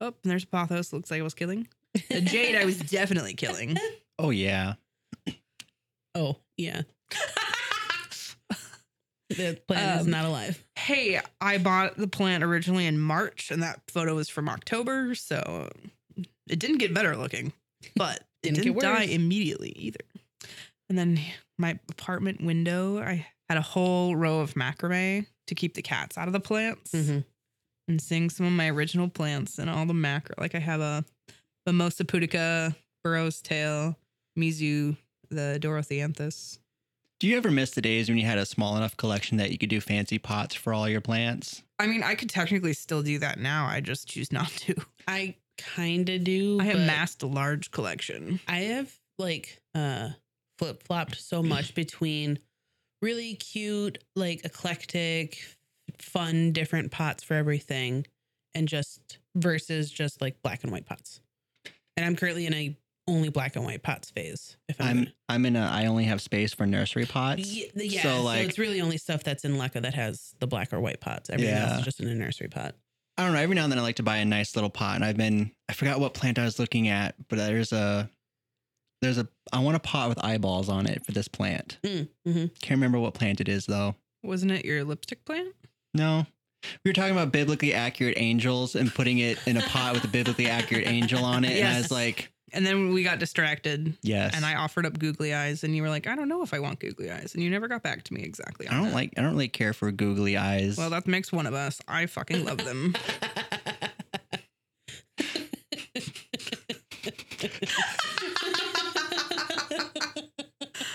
Oh, and there's Pothos. Looks like I was killing. The Jade, (laughs) I was definitely
(laughs)
killing.
Oh yeah.
Oh, yeah. The plant is
Um,
not alive.
hey, I bought the plant originally in March, and that photo was from October, so it didn't get better
(laughs)
looking, but it
Didn't get
didn't die
worse.
immediately either. And then my apartment window, I had a whole row of macrame to keep the cats out of the plants.
Mm-hmm.
and seeing some of my original plants and all the macro. Like I have a mimosa pudica, burrow's tail, mizu, the dorothyanthus.
Do you ever miss the days when you had a small enough collection that you could do fancy pots for all your plants?
I mean, I could technically still do that now. I just choose not to.
I kind of do.
I have
but
amassed a large collection.
I have like uh flip flopped
(sighs)
so much between really cute, like eclectic, fun, different pots for everything, and just versus just like black and white pots. And I'm currently in a only black and white pots phase. If I'm,
I'm I'm in a I only have space for nursery pots.
Ye- the- yeah,
so
so,
like
it's really only stuff that's in LECA that has the black or white pots. Everything else
Yeah.
is just in a nursery pot.
I don't know. Every now and then I like to buy a nice little pot, and I've been I forgot what plant I was looking at, but there's a there's a I want a pot with eyeballs on it for this plant.
Mm,
mm-hmm.
mhm.
Can't remember what plant it is though.
Wasn't it your lipstick plant?
No, we were talking about biblically accurate angels and putting it in a pot with a biblically accurate angel on it, and I
(laughs) Yes.
was like,
And then we got distracted.
yes.
And I offered up googly eyes, and you were like, I don't know if I want googly eyes. And you never got back to me exactly.
I
on
don't
that.
like I don't really care for googly eyes.
Well, that makes one of us. I fucking love
(laughs)
them.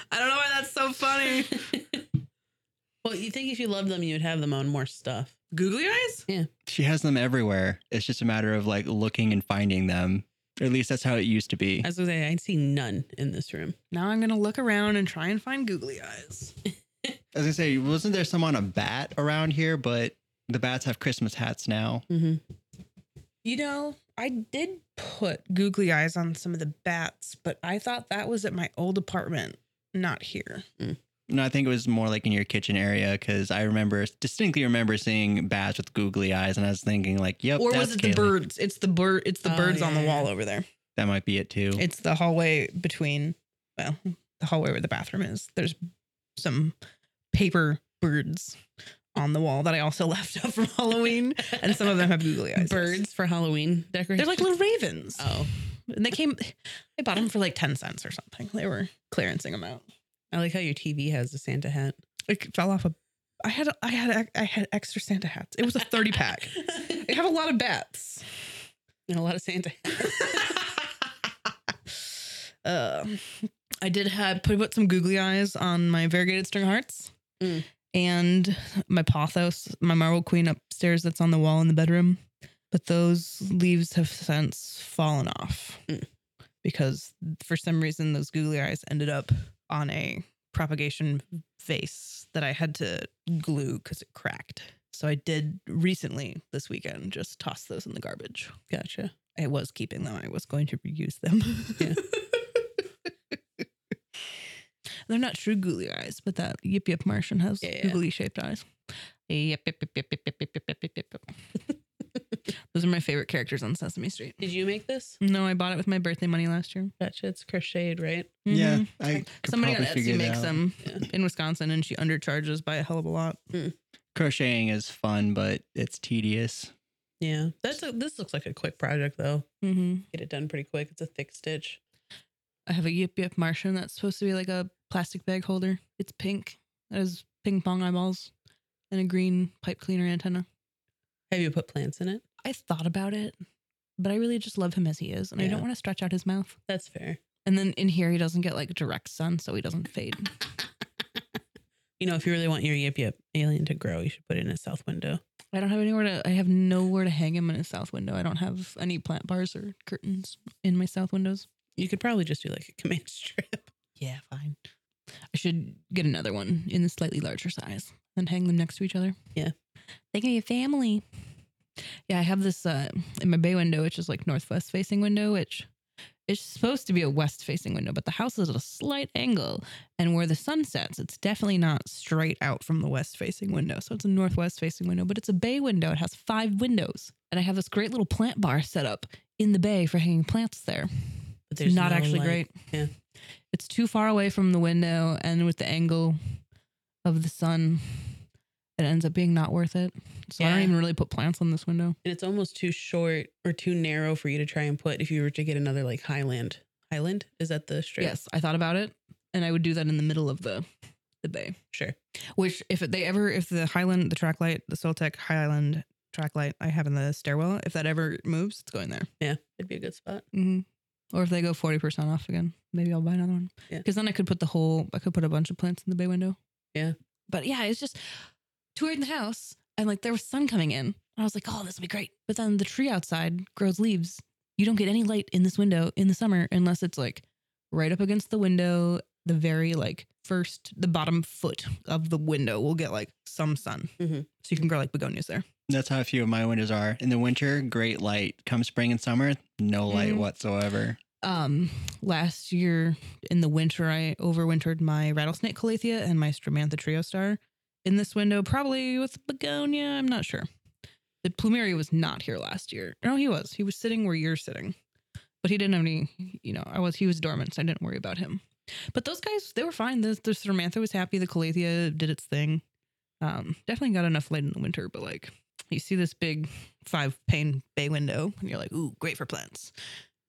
I don't know why that's so funny.
well, you think if you love them, you would have them on more stuff.
Googly eyes?
she has them everywhere. It's just a matter of like looking and finding them. Or at least that's how it used to be.
I was gonna say I'd see none in this room.
Now I'm gonna look around and try and find googly eyes.
I was gonna say, wasn't there some on a bat around here? But the bats have Christmas hats now.
Mm-hmm.
You know, I did put googly eyes on some of the bats, but I thought that was at my old apartment, not here.
No, I think it was more like in your kitchen area because I remember distinctly remember seeing bats with googly eyes, and I was thinking like, "Yep."
or was
that's
it the
Kaylee.
birds? It's the bird. It's the
Oh,
birds on the
yeah.
wall over there.
That might be it too.
It's the hallway between, well, the hallway where the bathroom is. There's some paper birds on the wall that I also (laughs) left up from Halloween, and some
(laughs)
of them have googly eyes.
birds for Halloween decorations.
They're like little ravens.
oh,
And they came, I bought them for like 10 cents or something. They were clearancing them out.
I like how your TV has a Santa hat.
It fell off a, I had, I had, I had extra Santa hats. It was a 30 (laughs) pack. I have a lot of bats.
(laughs) and a lot of Santa.
(laughs) Uh, I did have, put, put some googly eyes on my variegated string hearts.
Mm.
and my pothos, my marble queen upstairs that's on the wall in the bedroom. But those leaves have since fallen off
Mm.
because for some reason those googly eyes ended up on a propagation vase that I had to glue because it cracked. So I did recently this weekend just toss those in the garbage.
Gotcha.
I was keeping them. I was going to reuse them. (laughs)
Yeah.
They're not true googly eyes, but that yip yip Martian has
Yeah, yeah.
googly shaped eyes. Yip, yip, yip, yip, yip, yip, yip, yip, yip, yip, yip. (laughs) Those are my favorite characters on Sesame Street.
(laughs) Did you make this?
No, I bought it with my birthday money last year.
Gotcha. It's crocheted, right?
Yeah,
Mhm.
I could
Somebody on
probably figure
Etsy
that
makes
out.
them
Yeah.
in Wisconsin and she undercharges by a hell of a lot.
Crocheting is fun, but it's tedious.
Yeah. That's a, this looks like a quick project though.
Mm-hmm.
Get it done pretty quick. It's a thick stitch.
I have a Yip Yip Martian that's supposed to be like a plastic bag holder. It's pink. It has ping pong eyeballs and a green pipe cleaner antenna.
Have you put plants in it?
I thought about it, but I really just love him as he is, and I
Yeah.
don't want to stretch out his mouth.
That's fair.
And then in here, he doesn't get like direct sun, so he doesn't fade.
You know, if you really want your yip yip alien to grow, you should put it in a south window.
I don't have anywhere to. I have nowhere to hang him in his south window. I don't have any plant bars or curtains in my south windows.
You could probably just do like a (laughs) command strip.
Yeah, fine. I should get another one in a slightly larger size and hang them next to each other.
Yeah.
They can be a family. Yeah, I have this uh, in my bay window, which is like northwest facing window, which is supposed to be a west facing window, but the house is at a slight angle. And where the sun sets, it's definitely not straight out from the west facing window. So it's a northwest facing window, but it's a bay window. It has five windows. And I have this great little plant bar set up in the bay for hanging plants there.
But
It's not
no,
actually
like-
great.
yeah.
It's too far away from the window and with the angle of the sun, it ends up being not worth it. So I don't
Yeah.
even really put plants on this window.
And it's almost too short or too narrow for you to try and put if you were to get another like Highland. Highland? Is that the strip?
Yes, I thought about it and I would do that in the middle of the the bay.
Sure.
Which if they ever if the Highland, the track light, the Soltec Highland track light I have in the stairwell, if that ever moves, it's going there.
Yeah. It'd be a good spot.
hmm Or if they go 40% off again, maybe I'll buy another one.
Yeah.
Because then I could put the whole, I could put a bunch of plants in the bay window.
Yeah.
But yeah, it's just touring the house and like there was sun coming in. And I was like, oh, this would be great. But then the tree outside grows leaves. You don't get any light in this window in the summer unless it's like right up against the window. The very like first, the bottom foot of the window will get like some sun.
Mhm.
So you can grow like begonias there.
That's how a few of my windows are. In the winter, great light. Come spring and summer, no light
Mhm.
whatsoever.
um last year in the winter i overwintered my rattlesnake calathea and my stramantha trio star in this window probably with begonia i'm not sure the plumeria was not here last year no he was he was sitting where you're sitting but he didn't have any you know i was he was dormant so i didn't worry about him but those guys they were fine the, the stramantha was happy the calathea did its thing um definitely got enough light in the winter but like you see this big five pane bay window and you're like ooh great for plants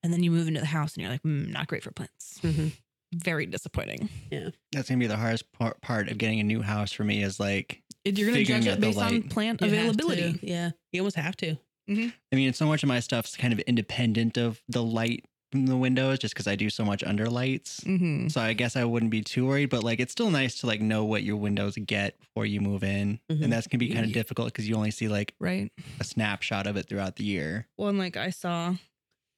and then you move into the house and you're like, mm, not great for plants.
Mm-hmm.
Very disappointing.
That's gonna be the hardest par- part of getting a new house for me. Is like,
You're going to
Figuring
judge it
out the
based on
light.
plant availability.
Yeah. You almost have to.
I mean, so much of my stuff's kind of independent of the light from the windows, just because I do so much under lights.
Mm-hmm.
So I guess I wouldn't be too worried, but like it's still nice to like know what your windows get before you move in,
Mhm.
and that's gonna be kind of
Mm-hmm. Yeah.
difficult because you only see like
Right.
a snapshot of it throughout the year.
Well, and like I saw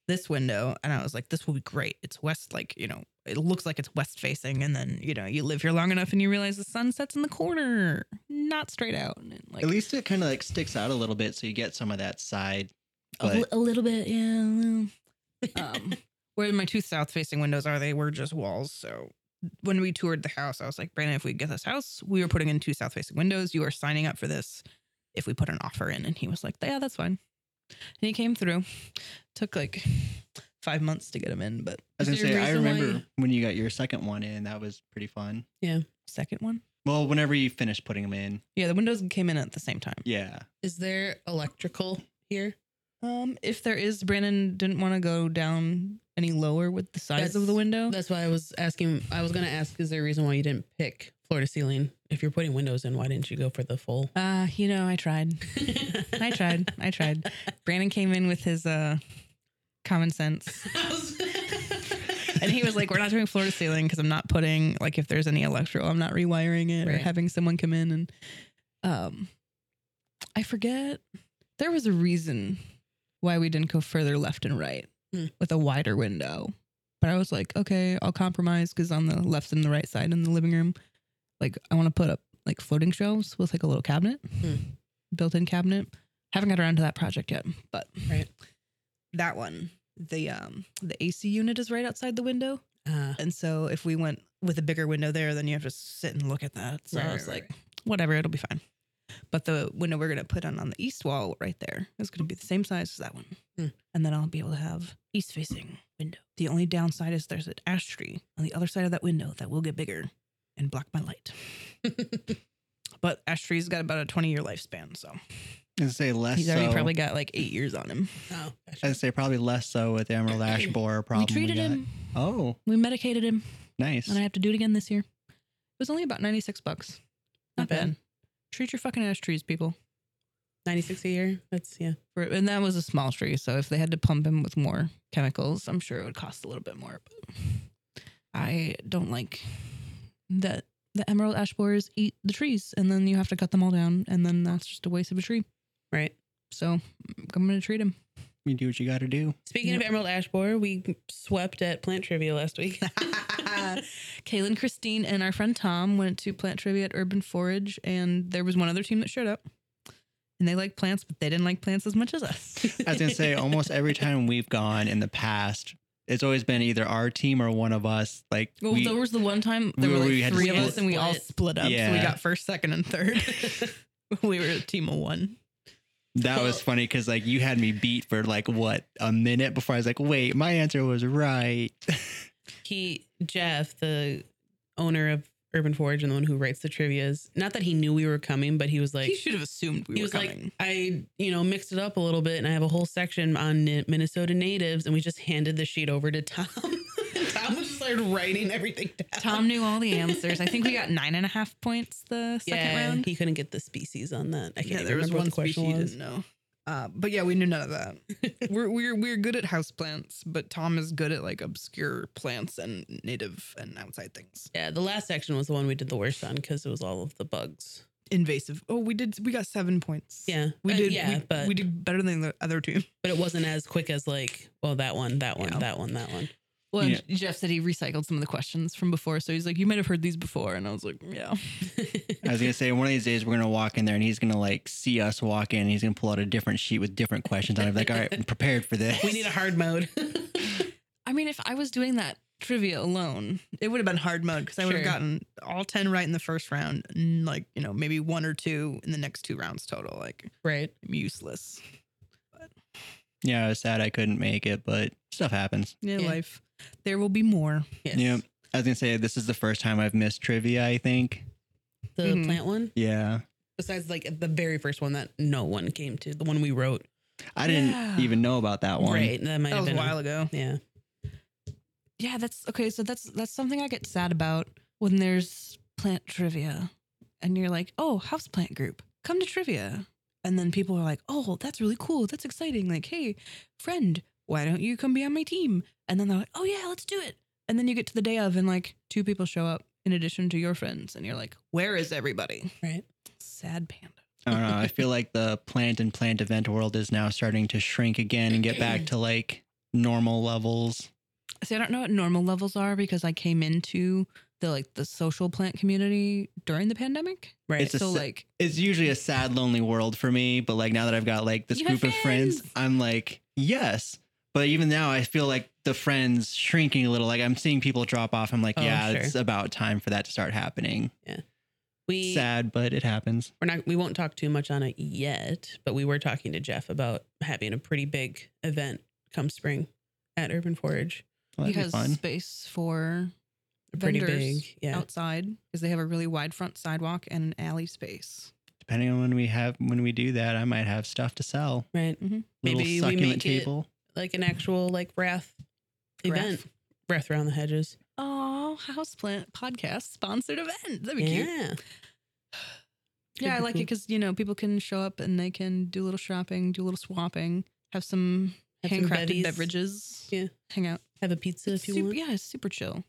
this window and I was like, this will be great. It's west, like, you know, it looks like it's west facing. And then, you know, you live here long enough and you realize the sun sets in the corner, not straight out. And then, like,
At least it kind of like sticks out a little bit, so you get some of that side.
a,
But
li- a little bit. Yeah. a (laughs) little. um, where my two south facing windows are, they were just walls. So when we toured the house, I was like, Brandon, if we get this house, we are putting in two south facing windows. You are signing up for this if we put an offer in. And he was like, Yeah, that's fine. And he came through. Took like five months to get him in, but
I was gonna
Is there
say,
a
I
reason why-
remember when you got your second one in, that was pretty fun.
second one.
Well, whenever you finish putting them in,
Yeah, the windows came in at the same time.
yeah.
Is there electrical here?
Um, if there is, Brandon didn't want to go down any lower with the size of
That's-
the window.
That's why I was asking. I was going to ask, is there a reason why you didn't pick floor to ceiling? If you're putting windows in, why didn't you go for the full?
Uh, you know, I tried. I tried. I tried. Brandon came in with his uh common sense.
I was-
(laughs) And he was like, "We're not doing floor to ceiling because I'm not putting like if there's any electrical, I'm not rewiring it or
Right.
having someone come in and um, I forget there was a reason why we didn't go further left and right
Hmm.
with a wider window. But I was like, okay, I'll compromise because on the left and the right side in the living room, like I want to put up like floating shelves with like a little cabinet,
Hmm.
built-in cabinet. Haven't got around to that project yet, but
Right.
that one the um the AC unit is right outside the window,
(laughs) Uh, (laughs)
and so if we went with a bigger window there, then you have to sit and look at that. So
Right,
I
right,
was
right,
like, whatever, it'll be fine. But the window we're gonna put on on the east wall right there is gonna be the same size as that one,
Hmm.
and then I'll be able to have east facing window. The only downside is there's an ash tree on the other side of that window that will get bigger and block my light.
oh,
But ash tree's got about a 20 year lifespan, so
I'd say less.
he's already
so-
probably got like eight years on him.
oh, gotcha.
I'd say probably less so with the
(laughs)
emerald ash borer problem.
we treated
got.
him,
Oh,
we medicated him.
nice.
and I have to do it again this year. It was only about 96 bucks. Not
Not bad.
bad. Treat your fucking ash trees, people.
96 a year. That's, yeah.
For, and that was a small tree. So if they had to pump him with more chemicals, I'm sure it would cost a little bit more. But I don't like that the emerald ash borers eat the trees and then you have to cut them all down. And then that's just a waste of a tree.
Right.
So I'm going to treat him.
you do what you got to do.
Speaking of
Yep.
Emerald Ash Borer, we swept at Plant Trivia
(laughs)
last week.
Kaylin, Christine, and our friend Tom went to plant trivia at Urban Forage, and there was one other team that showed up. And they like plants, but they didn't like plants as much as us. (laughs)
I was gonna
(laughs)
say uh, almost every time we've gone in the past, it's always been either our team or one of us. Like
Well,
we-
there was the one time there were
we-
like
we had to
three of
split.
us, and we all split up. So we
Yeah.
got first, second, and (laughs) third. we were a team of one.
that was funny because like you had me beat for like what a minute before I was like, wait, my answer was right. (laughs)
he Jeff, the owner of Urban Forge and the one who writes the trivia's, not that he knew we were coming, but he was like
he should have assumed we
he
were
was
coming.
like, I, you know, mixed it up a little bit and I have a whole section on Ni- Minnesota natives and we just handed the sheet over to Tom. (laughs) and Tom just started writing everything
(laughs)
down.
Tom knew all the answers. I think we got nine and a half points the (laughs) second
yeah,
round.
he couldn't get the species on that. I can't
Yeah,
even
there was
remember
one
what the question
species you
was.
didn't know. Uh, but yeah, we knew none of (laughs) that. we're we're we're good at houseplants, but Tom is good at like obscure plants and native and outside things.
Yeah, the last section was the one we did the worst on because it was all of the bugs.
Invasive. Oh, we did we got seven points.
Yeah,
We
Uh,
did
yeah,
we,
but
we did better than the other two.
but it wasn't as quick as like, well, that one, that one,
Yeah.
that one, that one.
Well,
and
Jeff said he recycled some of the questions from before, so he's like, "You might have heard these before," and I was like, "Yeah."
I was gonna say one of these days we're gonna walk in there and he's gonna like see us walk in. And he's gonna pull out a different sheet with different questions on it. Like, all right, I'm prepared for this.
(laughs) We need a hard mode.
I mean, if I was doing that trivia alone, it would have been hard mode because I would have
Sure.
gotten all ten right in the first round, and like you know maybe one or two in the next two rounds total. Like
(laughs) right.
I'm useless.
yeah, I was sad I couldn't make it, but stuff happens.
Yeah,
Yeah.
life. There will be more.
Yes.
Yeah, I was gonna say this is the first time I've missed trivia. I think.
The
Mhm.
plant one.
Yeah,
Mm-hmm. Besides like the very first one that no one came to, the one we wrote.
I didn't
Yeah.
even know about that one.
Right. That might
That
have
was a
been
while ago.
Yeah.
Yeah, that's okay. So that's that's something I get sad about when there's plant trivia, and you're like, oh, house plant group, come to trivia, and then people are like, oh, that's really cool, that's exciting. Like, hey, friend, why don't you come be on my team? And then they're like, oh yeah, let's do it. And then you get to the day of, and like two people show up in addition to your friends, and you're like, where is everybody?
Right.
Sad panda.
I don't know. I feel like the plant and plant event world is now starting to shrink again and get
(clears throat)
back to like normal levels.
See, I don't know what normal levels are because I came into the like the social plant community during the pandemic.
Right.
It's a
so
s-
like
It's usually a sad, lonely world for me, but like now that I've got like this
You have
group of friends,
friends.
I'm like, yes. But even now, I feel like the friends shrinking a little. Like I'm seeing people drop off. I'm like,
Oh,
yeah,
sure.
it's about time for that to start happening.
we
Sad, but it happens.
we're not we won't talk too much on it yet, but we were talking to Jeff about having a pretty big event come spring at Urban Forage.
Well,
he
that'd be
has
fun.
space for
A pretty
vendors
big. Yeah.
outside because they have a really wide front sidewalk and an alley space.
Depending on when we have when we do that, I might have stuff to sell.
Right. Maybe we
Little succulent
make it-
table.
Like an actual like wrath event. Wrath around the hedges.
Oh, houseplant podcast sponsored event. That'd be cute.
Yeah.
Yeah, I
be
like it
cool.
because you know people can show up and they can do a little shopping, do a little swapping, have some
Have some
handcrafted
bevies.
beverages.
Yeah.
Hang out.
Have a pizza if you
super,
want.
Yeah, it's super chill.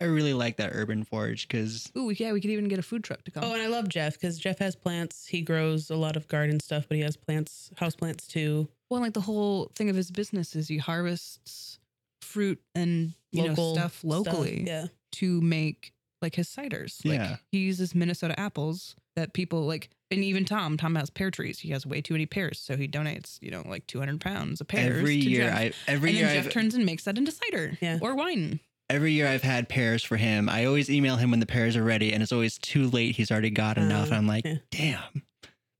I really like that urban forage because
Ooh, yeah, we could even get a food truck to come.
Oh, and I love Jeff because Jeff has plants. He grows a lot of garden stuff, but he has plants, house plants too.
Well, like the whole thing of his business is he harvests fruit and you
Local
know stuff locally
yeah.
to make like his ciders.
Yeah.
Like he uses Minnesota apples that people like and even Tom, Tom has pear trees. He has way too many pears, so he donates, you know, like 200 pounds of pears
every
to
year
Jeff.
I every
and
year
then Jeff
I've,
turns and makes that into cider
Yeah.
or
(clears throat)
wine.
every year I've had pears for him. I always email him when the pears are ready, and it's always too late. He's already got
Oh,
enough. And
Uh,
I'm like,
yeah.
damn.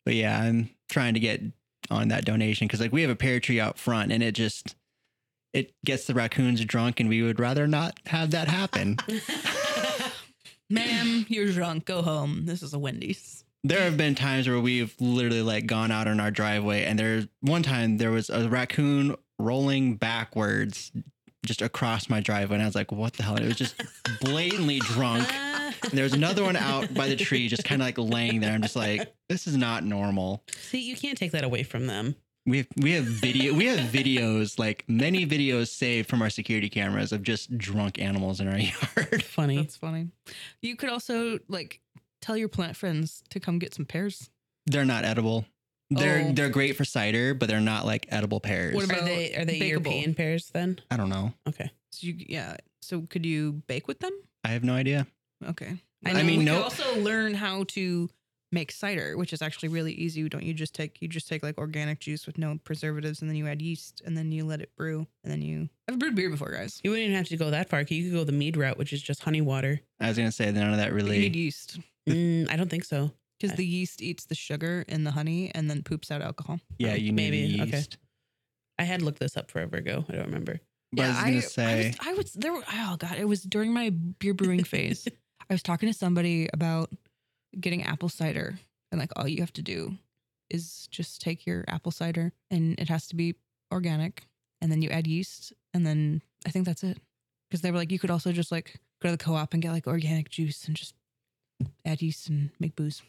But yeah, I'm trying to get on that donation because like we have a pear tree out front, and it just it gets the raccoons drunk, and we would rather not have that happen.
Ma'am, you're drunk. Go home. This is a Wendy's.
there have been times where we've literally like gone out on our driveway, and there's one time there was a raccoon rolling backwards just across my driveway, and I was like, what the hell? And it was just blatantly drunk.
(laughs)
And There's another one out by the tree, just kind of like laying there. I'm just like, this is not normal.
See, you can't take that away from them.
We have we have video we have videos like many videos saved from our security cameras of just drunk animals in our (laughs) yard.
Funny.
That's funny. You could also like tell your plant friends to come get some pears.
They're not edible. They're
Oh.
they're great for cider, but they're not like edible pears.
What about-
are they are they
Bakeable.
European pears then?
I don't know.
Okay.
So you, yeah. So could you bake with them?
I have no idea.
Okay.
I
Well,
mean,
we could
no-
also learn how to make cider, which is actually really easy. Don't you just take you just take like organic juice with no preservatives, and then you add yeast, and then you let it brew, and then you. I've brewed beer before, guys.
You wouldn't even have to go that far. 'cause You could go the mead route, which is just honey (laughs) water.
I was gonna say none of that
But you need
really.
yeast
Mm, I don't think so.
because the yeast eats the sugar and the honey, and then poops out alcohol.
Yeah, you need
Maybe, okay.
yeast.
I had looked this up forever ago. I don't remember.
But I was gonna
I
say
was, I was there. were- Oh god, it was during my beer (laughs)
(laughs)
brewing phase. I was talking to somebody about getting apple cider, and like all you have to do is just take your apple cider, and it has to be organic, and then you add yeast, and then I think that's it. Because they were like, you could also just like go to the co-op and get like organic juice and just add yeast and make booze.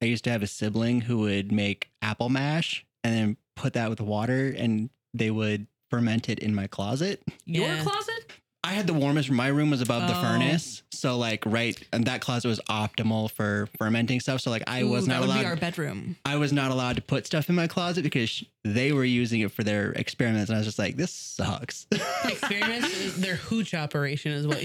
I used to have a sibling who would make apple mash and then put that with water and they would ferment it in my closet.
Yeah.
Your closet?
I had the warmest my room was above the
Oh.
furnace. So like right and that closet was optimal for fermenting stuff. So like I was
Ooh, that
not
would be our (laughs)
allowed
bedroom.
I was not allowed to put stuff in my closet because sh- they were using it for their experiments and I was just like this sucks. (laughs)
Experiments, is their hooch operation is (laughs) what.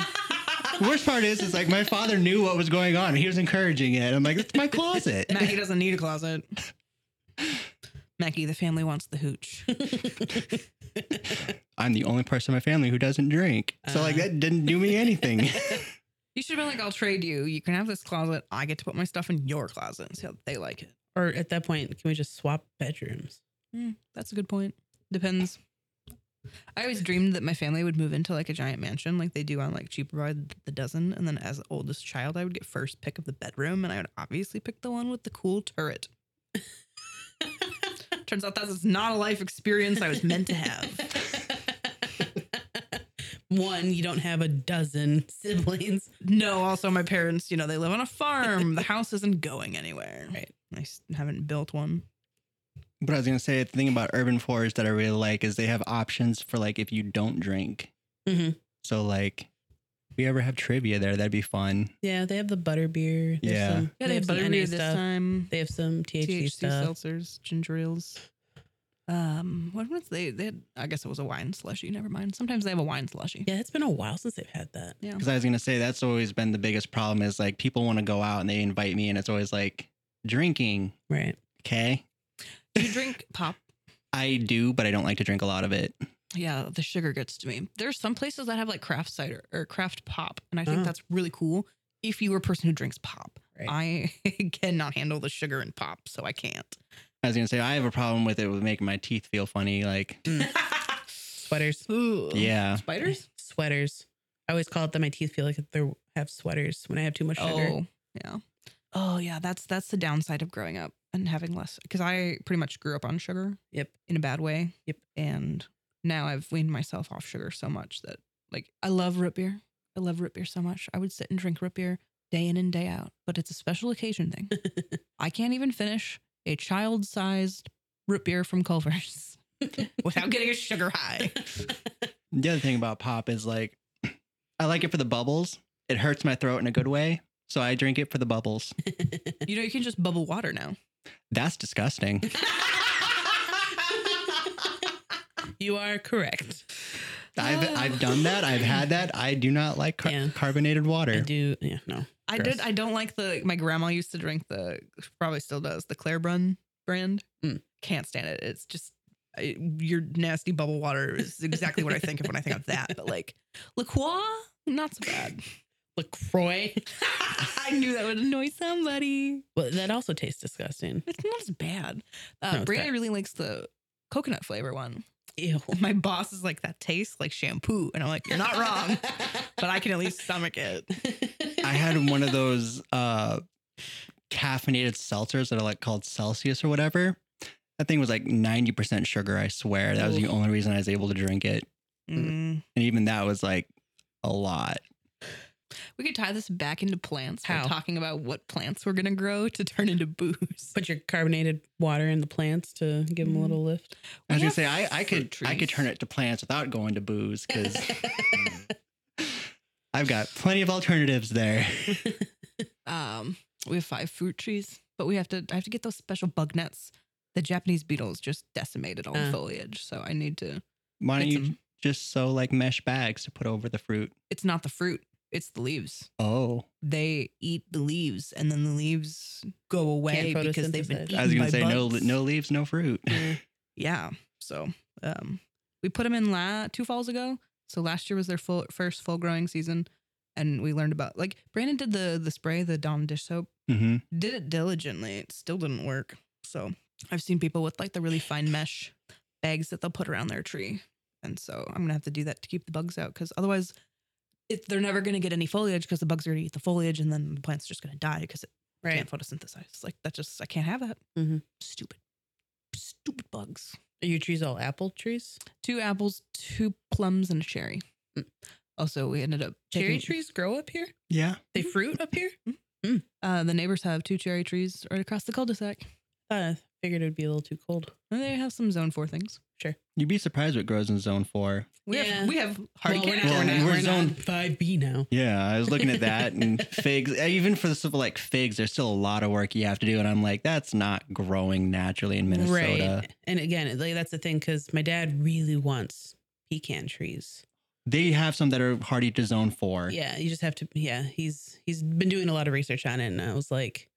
Worst part is is like my father knew what was going on. He was encouraging it. I'm like it's
(laughs)
my closet.
Mackie doesn't need a closet. Mackie, the family wants the hooch. (laughs)
I'm the only person in my family who doesn't drink. So like that didn't do me anything.
You should have been like, I'll trade you. You can have this closet. I get to put my stuff in your closet and see how they like it.
or at that point, can we just swap bedrooms?
that's a good point. Depends. I always dreamed that my family would move into like a giant mansion like they do on like Cheaper by the Dozen. And then as the oldest child, I would get first pick of the bedroom and I would obviously pick the one with the cool (laughs) turret. Turns out that's not a life experience I was meant to (laughs) have.
(laughs) One, you don't have a dozen siblings.
No, also my parents, you know, they live on a farm. The house isn't going anywhere.
Right.
I s- haven't built one.
But I was gonna say the thing about urban forage that I really like is they have options for like if you don't drink.
Mhm.
So like, if we ever have trivia there, that'd be fun.
Yeah, they have the butter beer. There's
Yeah.
some-
Yeah,
they have some NA
butterbeer this
stuff.
time.
They have some THC,
THC,
stuff.
seltzers, ginger ales. Um, what was they? They had, I guess it was a wine slushy. Never mind. Sometimes they have a wine slushy.
Yeah, it's been a while since they've had that.
Yeah.
Because I was gonna say that's always been the biggest problem is like people want to go out and they invite me and it's always like drinking.
Right.
Okay,
Do you drink pop?
I do, but I don't like to drink a lot of it.
Yeah, the sugar gets to me. There's some places that have like craft cider or craft pop, and I think
Oh.
that's really cool. If you were a person who drinks pop,
Right.
I (laughs) cannot handle the sugar in pop, so I can't.
I was gonna say I have a problem with it with making my teeth feel funny. Like,
Mm.
Sweaters.
Ooh.
yeah,
Spiders?
Sweaters. I always call it that my teeth feel like they have sweaters when I have too much sugar.
Oh, yeah. Oh, yeah. That's that's the downside of growing up and having less. Because I pretty much grew up on sugar.
Yep.
In a bad way.
Yep.
And now I've weaned myself off sugar so much that like I love root beer. I love root beer so much. I would sit and drink root beer day in and day out, but it's a special occasion thing. I can't even finish a child-sized root beer from Culver's. (laughs) without getting a sugar high. (laughs)
The other thing about pop is like, (clears throat) I like it for the bubbles. It hurts my throat in a good way, so I drink it for the bubbles.
You know, you can just bubble water now.
That's disgusting.
(laughs) you are correct.
I've I've done that. I've had that. I do not like car-
Yeah.
carbonated
I
water.
do. Yeah, no.
I
Gross.
did. I don't like the. My grandma used to drink the. Probably still does the Clairebrun brand.
Mm.
Can't stand it. It's just I, your nasty bubble water is exactly what I think of when I think of that. But like LaCroix, not so
(laughs)
bad.
LaCroix.
I knew that would annoy somebody.
Well, that also tastes disgusting.
It's not as bad.
No,
Uh,
it's
Brianna
bad.
really likes the coconut flavor one.
Ew.
My boss is like, that tastes like shampoo, and I'm like, you're not
(laughs)
wrong, but I can at least stomach it.
I had one of those uh, caffeinated seltzers that are like called Celsius or whatever. That thing was like ninety percent sugar. I swear that was the
Oof.
only reason I was able to drink it,
Mm.
and even that was like a lot.
We could tie this back into plants. by
How?
talking about what plants we're gonna grow to turn into booze.
Put your carbonated water in the plants to give them a little
Mm.
lift.
I
We
was gonna
have
say I, I could
fruit
I could
trees.
turn it to plants without going to booze
(laughs)
because (laughs) I've got plenty of alternatives there.
(laughs)
Um, we have five fruit trees, but we have to. I have to get those special bug nets. The Japanese beetles just decimated all the
Uh.
foliage, so I need to.
Why don't
get
you
some-
just sew like mesh bags to put over the fruit?
It's not the fruit; it's the leaves.
Oh,
They eat the leaves, and then the leaves go away because they've been.
photosynthesize.
Eaten
I was gonna
by
say no
bugs.
no leaves, no fruit. (laughs)
Yeah.
Yeah. So um, we put them in la- two falls ago. So last year was their full first full growing season, and we learned about like Brandon did the the spray the Dawn dish soap
hmm
did it diligently. It still didn't work. So I've seen people with like the really fine mesh bags that they'll put around their tree, and so I'm gonna have to do that to keep the bugs out because otherwise. It, they're never going to get any foliage because the bugs are going to eat the foliage and then the plant's just going to die because it
(laughs) Right.
can't photosynthesize. Like, that just, I can't have that.
Mhm.
Stupid. Stupid bugs
Are your trees all apple trees?
two apples, two plums, and a cherry.
Mm.
Also, we ended up
Cherry
taking-
trees grow up here?
Yeah,
They fruit up (laughs) here?
Uh, the neighbors have two cherry trees right across the cul-de-sac.
Uh, figured it would be a little too cold.
And they have some zone four things.
you'd be surprised what grows in Zone Four.
We
Yeah.
have we have hardy
Well, we're
cactus.
not-
Well, we're
we're
zone-
not 5B now.
Yeah, I was looking at that and figs. eh, Even for the simple like figs, there's still a lot of work you have to do, and I'm like, that's not growing naturally in Minnesota.
Right. And again, like, that's the thing because my dad really wants pecan trees.
They have some that are hardy to Zone Four.
Yeah, you just have to. Yeah, he's he's been doing a lot of research on it, and I was like,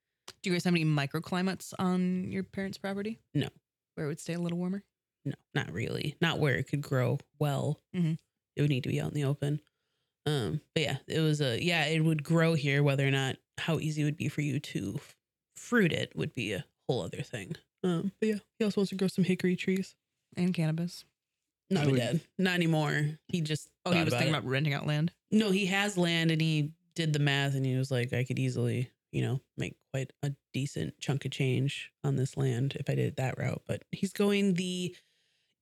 Do you guys have any microclimates on your parents' property?
No.
Where it would stay a little warmer?
no, not really, not where it could grow well.
Mhm.
It would need to be out in the open. Um, but yeah, it was a yeah, it would grow here. Whether or not how easy it would be for you to f- fruit it would be a whole other thing. Um, but yeah, he also wants to grow some hickory trees.
And cannabis.
Not
I
my
would-
dad, not anymore. He just
Oh, he
thought
was thinking
it.
about renting out land.
No, he has land and he did the math and he was like, I could easily, you know, make quite a decent chunk of change on this land if I did it that route. But he's going the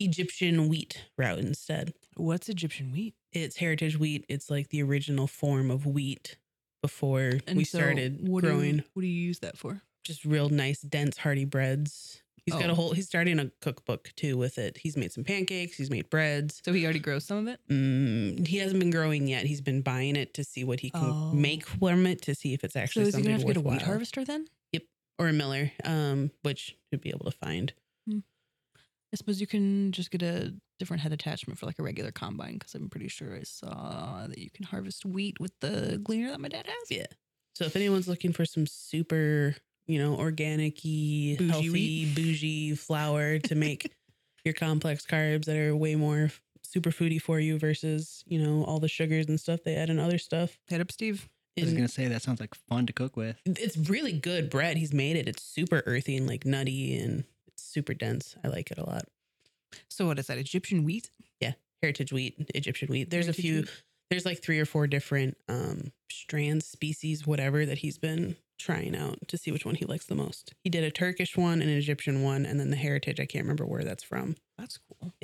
Egyptian wheat route instead.
What's Egyptian wheat?
It's heritage wheat. It's like the original form of wheat before we
so
started
what
growing.
Do you, what do you use that for?
Just real nice, dense, hearty breads. He's got
Oh.
a whole, he's starting a cookbook too with it. He's made some pancakes, he's made breads.
So he already grows some of it?
Mm, he hasn't been growing yet. He's been buying it to see what he can
Oh.
make from it to see if it's actually
so is he
something
going to have to get a
worthwhile.
wheat harvester then?
or a miller, um, which he'd be able to find.
I suppose you can just get a different head attachment for like a regular combine because I'm pretty sure I saw that you can harvest wheat with the gleaner that my dad has.
Yeah. So if anyone's looking for some super, you know, organic-y,
Bougie
healthy,
wheat.
bougie flour
(laughs)
to make your complex carbs that are way more super foody for you versus, you know, all the sugars and stuff they add and other stuff.
Hit up Steve.
I was
And
gonna say that sounds like fun to cook with.
it's really good bread. He's made it. It's super earthy and like nutty and it's super dense. I like it a lot.
So what is that? Egyptian wheat?
heritage wheat, Egyptian wheat. There's
Heritage
a few.
wheat?
There's like three or four different um strands, species, whatever that he's been trying out to see which one he likes the most. He did a Turkish one, an Egyptian one, and then the heritage. I can't remember where that's from.
That's cool.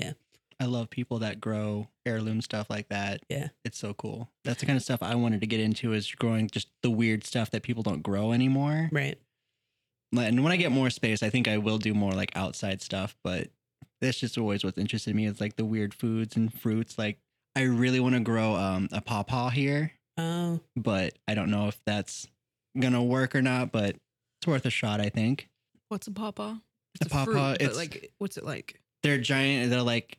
I love people that grow heirloom stuff like that.
Yeah.
It's so cool. That's the kind of stuff I wanted to get into is growing just the weird stuff that people don't grow anymore.
Right.
And when I get more space, I think I will do more like outside stuff, but that's just always what's interested me is like the weird foods and fruits. Like I really want to grow um a pawpaw here,
Oh,
but I don't know if that's gonna work or not. But it's worth a shot, I think.
What's a pawpaw?
A pawpaw,
Fruit, but
it's-
like, what's it like?
They're giant. They're like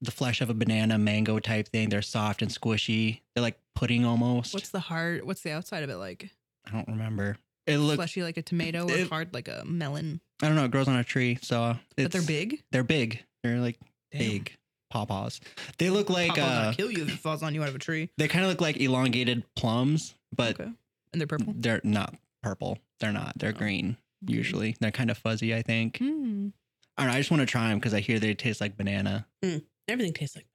the flesh of a banana, mango type thing. They're soft and squishy. They're like pudding almost.
What's the hard? What's the outside of it like?
I don't remember. It looks.
Fleshy like a tomato, or
it-
hard like a melon?
I don't know. It grows on a tree, so it's,
but they're big.
They're big. They're like
Damn.
big pawpaws. They look like
Pawpaw
uh,
gonna kill you if it falls on you out of a tree.
they kind of look like elongated plums, but
okay. And they're purple.
they're not purple. They're not. They're
Oh.
green usually. They're kind of fuzzy. I think.
Mm.
I don't know. I just want to try them because I hear they taste like banana.
everything tastes like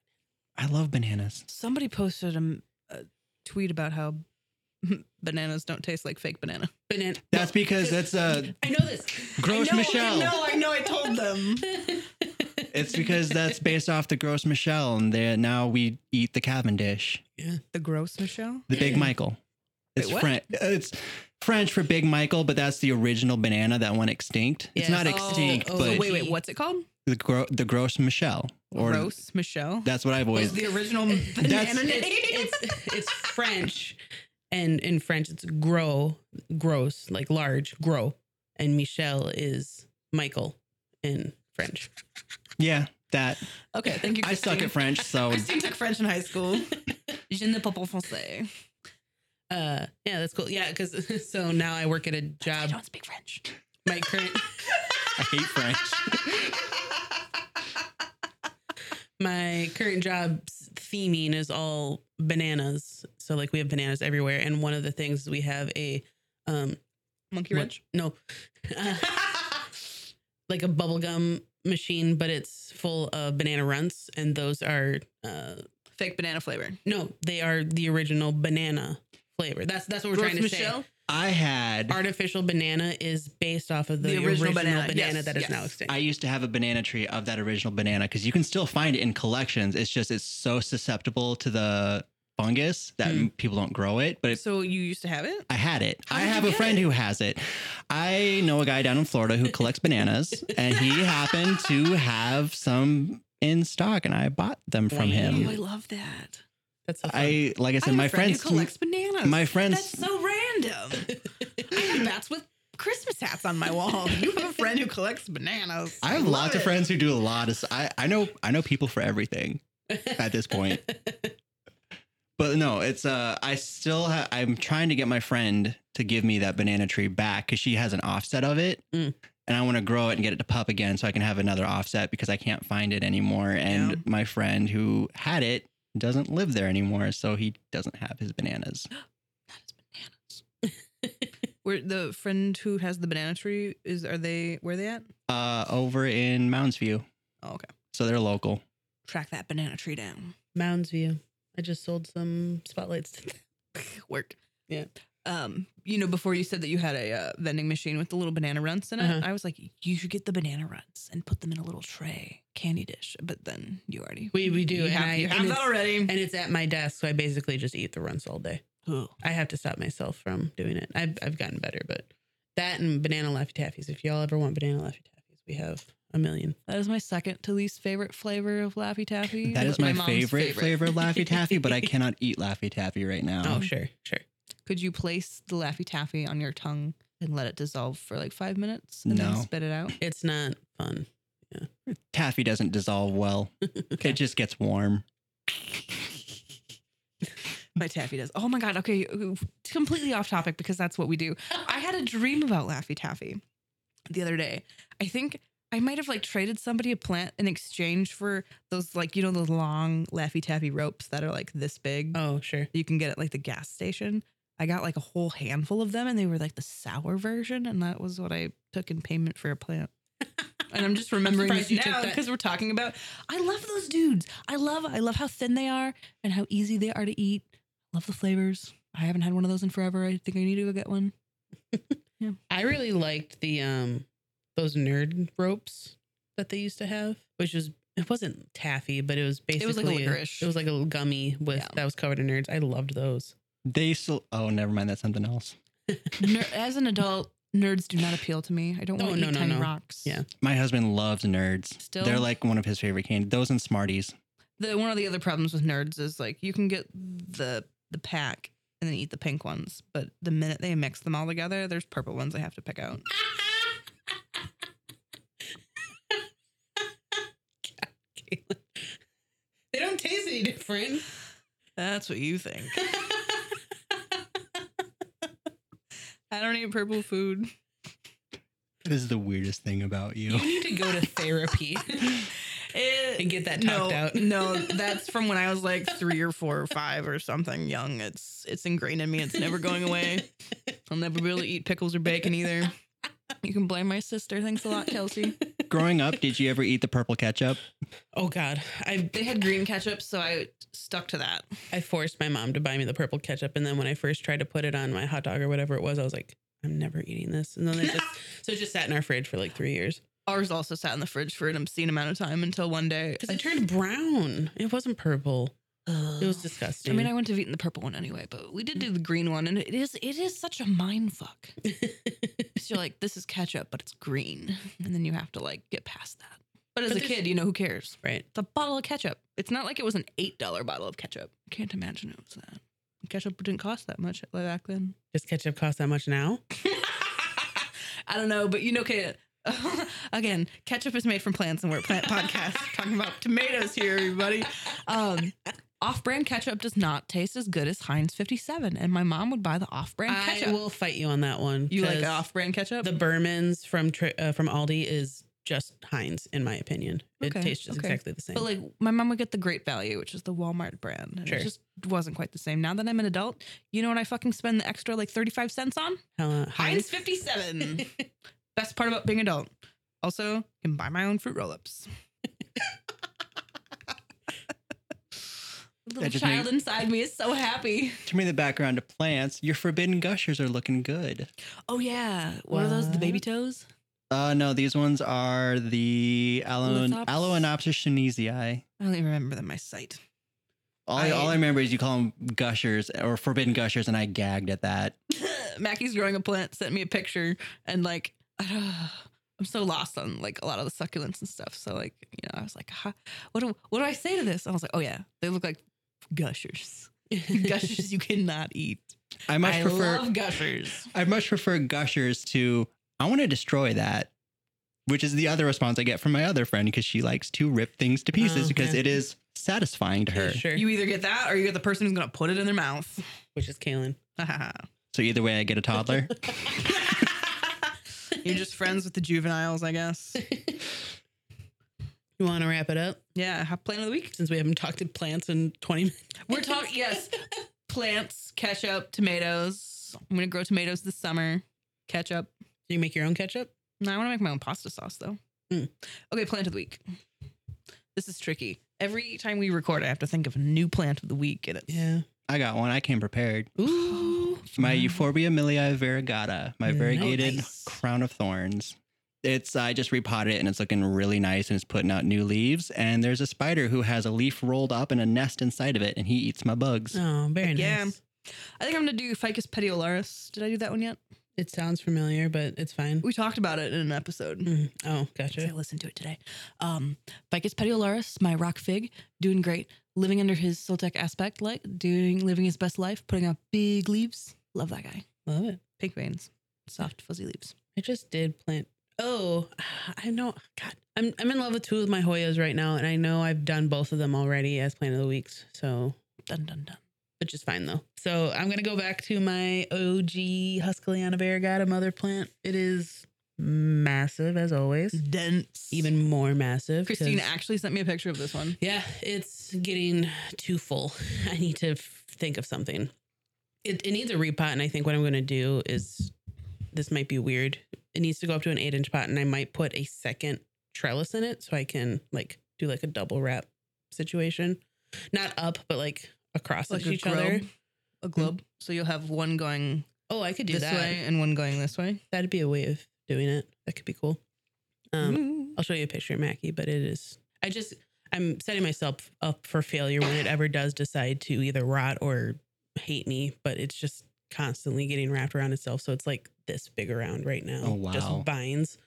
I love bananas.
Somebody posted a, m- a tweet about how (laughs) bananas don't taste like fake banana.
banana.
That's because that's uh,
(laughs)
(laughs)
I know this.
Gross
I know,
Michelle.
I know, I know. I told them.
them.
it's because that's based off the gross Michelle, and they- now we eat the Cavendish,
(laughs) The gross Michelle.
the Big Michael.
Mm. Wait,
It's
what?
French. It's French for Big Michael, but that's the original banana that went extinct. It's
Yes.
not
Oh,
extinct,
oh,
but
So wait, wait, what's it called?
the gro- the gross Michelle or
gross Michelle.
that's what I've
Was
always
the (laughs) original banana name?
(laughs) It's, it's, it's French, and in French it's gros, gross, like large, gros, and Michel is Michael in French.
yeah that
okay, thank you.
I suck
Christine.
at
(laughs)
French, so
Christine took French in high school. (laughs) Je ne parle pas français.
Uh, yeah, that's cool. Yeah, because (laughs) so now I work at a
I
job.
don't speak French.
My current
I hate French.
my current job's theming is all bananas. So like we have bananas everywhere, and one of the things we have a um
(laughs) Monkey
what-
wrench.
no, (laughs) uh, like a bubblegum machine, but it's full of banana runts, and those are uh
Fake banana flavor.
no, they are the original banana flavor. That's that's what we're trying to say.
I had
Artificial banana is based off of the,
The
original,
original
banana,
banana. Yes,
that is
yes.
now extinct.
I used to have a banana tree of that original banana because you can still find it in collections. It's just it's so susceptible to the fungus that
Hmm.
people don't grow it, but it's
So you used to have it?
I had it.
How
I
did you
have a
get
friend
it?
who has it. I know a guy down in Florida who collects bananas,
(laughs)
and he happened to have some in stock, and I bought them from
Oh, I
Wow.
him.
love that.
that's so fun. (laughs)
I like I said,
have
my
a friend who
friends,
collects bananas.
my friends,
That's so random. I have bats with Christmas hats on my wall. You have a friend who collects bananas.
I have
Love
lots of
it.
friends who do a lot of. s- I I know I know people for everything at this point. but no, it's uh I still ha- I'm trying to get my friend to give me that banana tree back because she has an offset of it,
Mm.
and I want to grow it and get it to pup again so I can have another offset because I can't find it anymore. And
Yeah.
my friend who had it doesn't live there anymore, so he doesn't have his bananas.
Where the friend who has the banana tree is? Are they where are they at?
Uh, over in Mounds View,
Oh, okay.
so they're local.
Track that banana tree down.
(laughs) Mounds View. I just sold some spotlights. To
Work.
Yeah.
Um, you know, before you said that you had a uh, vending machine with the little banana runts in it,
Uh-huh.
I was like, you should get the banana runts and put them in a little tray candy dish. But then you already
We- we do,
You
and
have,
I-
you
and
have that
it's-
already.
and it's at my desk, so I basically just eat the runs all day.
Ugh.
I have to stop myself from doing it. I've I've gotten better, but that and banana laffy taffies. If y'all ever want banana laffy taffies, we have a million.
That is my second to least favorite flavor of Laffy Taffy.
That
but
is my
mom's
favorite, flavor of Laffy Taffy, but I cannot eat Laffy Taffy right now.
Oh, sure, sure.
Could you place the Laffy Taffy on your tongue and let it dissolve for like five minutes and
No.
then spit it out?
It's not fun.
Taffy doesn't dissolve well. It just gets warm.
My taffy does. Oh my god. Okay, ooh, completely off topic because that's what we do. I had a dream about Laffy Taffy the other day. I think I might have like traded somebody a plant in exchange for those like you know those long Laffy Taffy ropes that are like this big.
Oh, sure.
that you can get at like the gas station. I got like a whole handful of them and they were like the sour version. And that was what I took in payment for a
(laughs)
plant. And I'm just remembering
surprised
this
you took
now (laughs)
that.
because we're talking about. I love those dudes. I love. I love how thin they are and how easy they are to eat. Love the flavors. I haven't had one of those in forever. I think I need to go get
(laughs)
one.
I really liked the um those nerd ropes that they used to have, which was it wasn't taffy, but it was basically
It was like a licorice.
It was like a little gummy with
Yeah.
that was covered in nerds. I loved those.
They still. Oh, never mind. That's something else.
Ner- As an adult, Nerds do not appeal to me. I don't
Oh,
want to
no,
eat
no,
tiny
no.
rocks.
Yeah.
My husband loves nerds.
Still?
They're like one of his favorite candy. Those and Smarties.
The one of the other problems with nerds is like you can get the the pack and then eat the pink ones, but the minute they mix them all together, there's purple ones I have to pick out.
Caitlin. They don't taste any different.
That's what you think. I don't eat purple (laughs) food.
That is the weirdest thing about
you
(laughs)
you.
need to go to therapy.
It,
And get that
Eh, no,
talked
(laughs)
out.
no, that's from when I was like three or four or five or something young. It's it's ingrained in me. It's never going away. (laughs) I'll never be able to eat pickles or bacon either. (laughs) You can blame my sister. Thanks a lot, Kelsey.
Growing up, did you ever eat the purple ketchup?
Oh God, I
They had green ketchup, so I stuck to that.
I forced my mom to buy me the purple ketchup, and then when I first tried to put it on my hot dog or whatever it was, I was like, I'm never eating this. And then it just so it just sat in our fridge for like three years
Ours also sat in the fridge for an obscene amount of time until one day.
because it turned brown. It wasn't purple. It was
Oh. I
disgusting.
mean, Uh, I wouldn't have eaten the purple one anyway, but we did do the green one, and it is it is such a mind fuck. So you're like, this is ketchup, but it's green, and then you have to like get past that. But as
But
a
there's-
kid, you know who cares?
(laughs) right.
It's a bottle of ketchup. It's not like it was an eight dollar bottle of ketchup. I can't imagine it was that. Ketchup didn't cost that much back then.
Does ketchup cost that much now?
(laughs) I don't know, but you know, okay. (laughs) Again, ketchup is made from plants, and we're a plant podcast (laughs) talking about tomatoes here, everybody. Um, off-brand ketchup does not taste as good as Heinz 57, and my mom would buy the off-brand ketchup.
I will fight you on that one.
you like
'cause
off-brand ketchup?
the Burmans from Tri- uh, from Aldi is just Heinz in my opinion. It
Okay,
tastes just
okay.
exactly the same.
but like my mom would get the Great Value, which is the Walmart brand. and
Sure.
It just wasn't quite the same. Now that I'm an adult, you know what I fucking spend the extra like 35 cents on?
Hella-
Heinz
(laughs)
57. Best part about being adult. Also, can buy my own fruit roll-ups. the (laughs)
That
little
just
child
make-
inside me is so happy.
To me, the background to plants, your forbidden gushers are looking good.
Oh yeah. What, are those? The baby
What?
toes?
Uh, no, these ones are the Alo-
Lithops?
Aloenopsis shenizii.
I don't even remember them my (laughs) sight.
All I,
I-
all I remember is you call them gushers or forbidden gushers, and I gagged at that.
Mackie's growing a plant sent me a picture and like (sighs) I don't- I'm so lost on like a lot of the succulents and stuff. So like, you know, I was like, huh, what do what do I say to this? I was like, oh yeah, they look like (laughs) gushers. gushers you cannot eat.
I much
I
prefer.
love gushers.
I much prefer gushers to. I want to destroy that, which is the other response I get from my other friend because she likes to rip things to pieces
Oh,
because
yeah.
it is satisfying to her.
Sure.
You either get that or you get the person who's gonna put it in their mouth. (laughs)
Which is Kalen.
So either way, I get a
(laughs)
toddler.
You're just friends with the juveniles, I guess.
You want to wrap it up
Yeah, have plant of the week.
since we haven't talked to plants in 20 minutes?
We're
(laughs)
talking yes, plants, ketchup, tomatoes. I'm gonna grow tomatoes this summer. Ketchup.
Do you make your own ketchup?
No, I want to make my own pasta sauce though.
Mm.
Okay, plant of the week. This is tricky. Every time we record, I have to think of a new plant of the week, and it's
I got one. I came prepared.
Ooh.
My
Mm.
Euphorbia milii variegata, my
Nice.
variegated crown of thorns. It's I just repotted it and it's looking really nice and it's putting out new leaves. And there's a spider who has a leaf rolled up and a nest inside of it and he eats my bugs.
Oh, very
Yeah.
nice.
I think I'm gonna do Ficus petiolaris. Did I do that one yet?
It sounds familiar, but it's fine.
We talked about it in an episode.
Mm. Oh,
I
gotcha.
listened to it today. Um, Ficus petiolaris, my rock fig, doing great, living under his Soltec aspect, like doing living his best life, putting out big leaves. Love that guy.
Love it.
Pink veins, soft fuzzy leaves.
I just did plant. Oh, I know. God, I'm I'm in love with two of my Hoyas right now, and I know I've done both of them already as plant of the weeks. So,
Dun dun dun.
which is fine though. So I'm gonna go back to my OG Huskaliana variegata mother plant. It is massive as always,
Mm-hmm. Dense.
even more massive. 'cause-
Christine actually sent me a picture of this one.
Yeah, it's getting too full. (laughs) I need to f- think of something. It, it needs a repot, and I think what I'm going to do is this might be weird. It needs to go up to an eight inch pot, and I might put a second trellis in it so I can like do like a double wrap situation, not up, but like across
like a
each
globe,
other.
a globe. So you'll have one going
Oh, I could do
this
that.
way and one going this way.
That'd be a way of doing it. That could be cool. Um,
Mm.
I'll show you a picture of Mackie, but it is. I just I'm setting myself up for failure when it ever does decide to either rot or hate me. But it's just constantly getting wrapped around itself. So it's like this big around right now.
Oh,
Just
wow.
vines.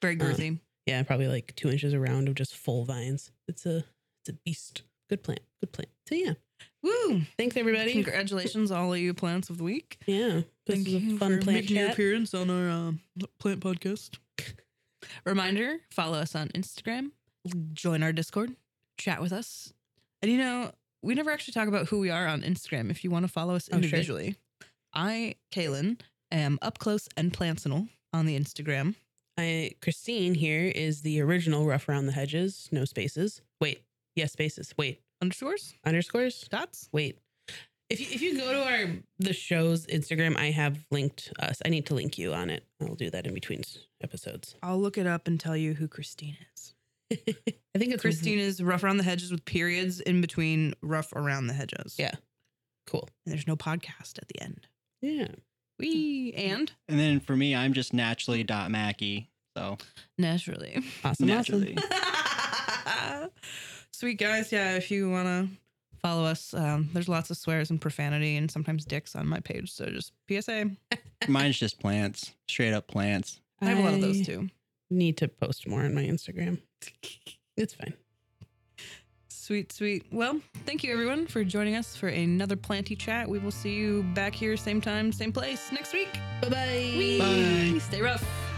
Very girthy.
Yeah, probably like two inches around of just full vines. It's a it's a beast. Good plant. Good plant. So yeah.
Woo!
Thanks everybody.
Congratulations, all of you plants of the week.
Yeah. This
Thank
is a
you
fun
for
plant
making your
chat.
appearance on our um, plant podcast. (laughs) Reminder: follow us on Instagram, join our Discord, chat with us, and you know we never actually talk about who we are on Instagram. If you want to follow us
Oh, sure.
individually, I, Kaylin, am up close and plantinal on the Instagram.
I Christine here is the original rough around the hedges, no spaces. Wait, yes spaces. Wait,
Underscores,
underscores.
dots.
Wait, if you, if you go to our the show's Instagram, I have linked us. I need to link you on it. I'll do that in between s- episodes. (laughs)
I'll look it up and tell you who Christine is.
I think it's
Christine is rough around the hedges with periods in between rough around the hedges.
Yeah. Cool.
And there's no podcast at the end.
Yeah.
We and
And then for me, I'm just naturally dot Mackey. So
naturally.
Awesome.
naturally.
(laughs) Sweet guys, yeah. If you wanna follow us, um, there's lots of swears and profanity and sometimes dicks on my page. So just PSA.
Mine's just plants, straight up plants.
I have a lot of
I
those too.
Need to post more on my Instagram. It's fine.
Sweet, sweet. Well, thank you everyone for joining us for another planty chat. We will see you back here, same time, same place next week.
Bye-bye.
Wee.
Bye.
Stay rough.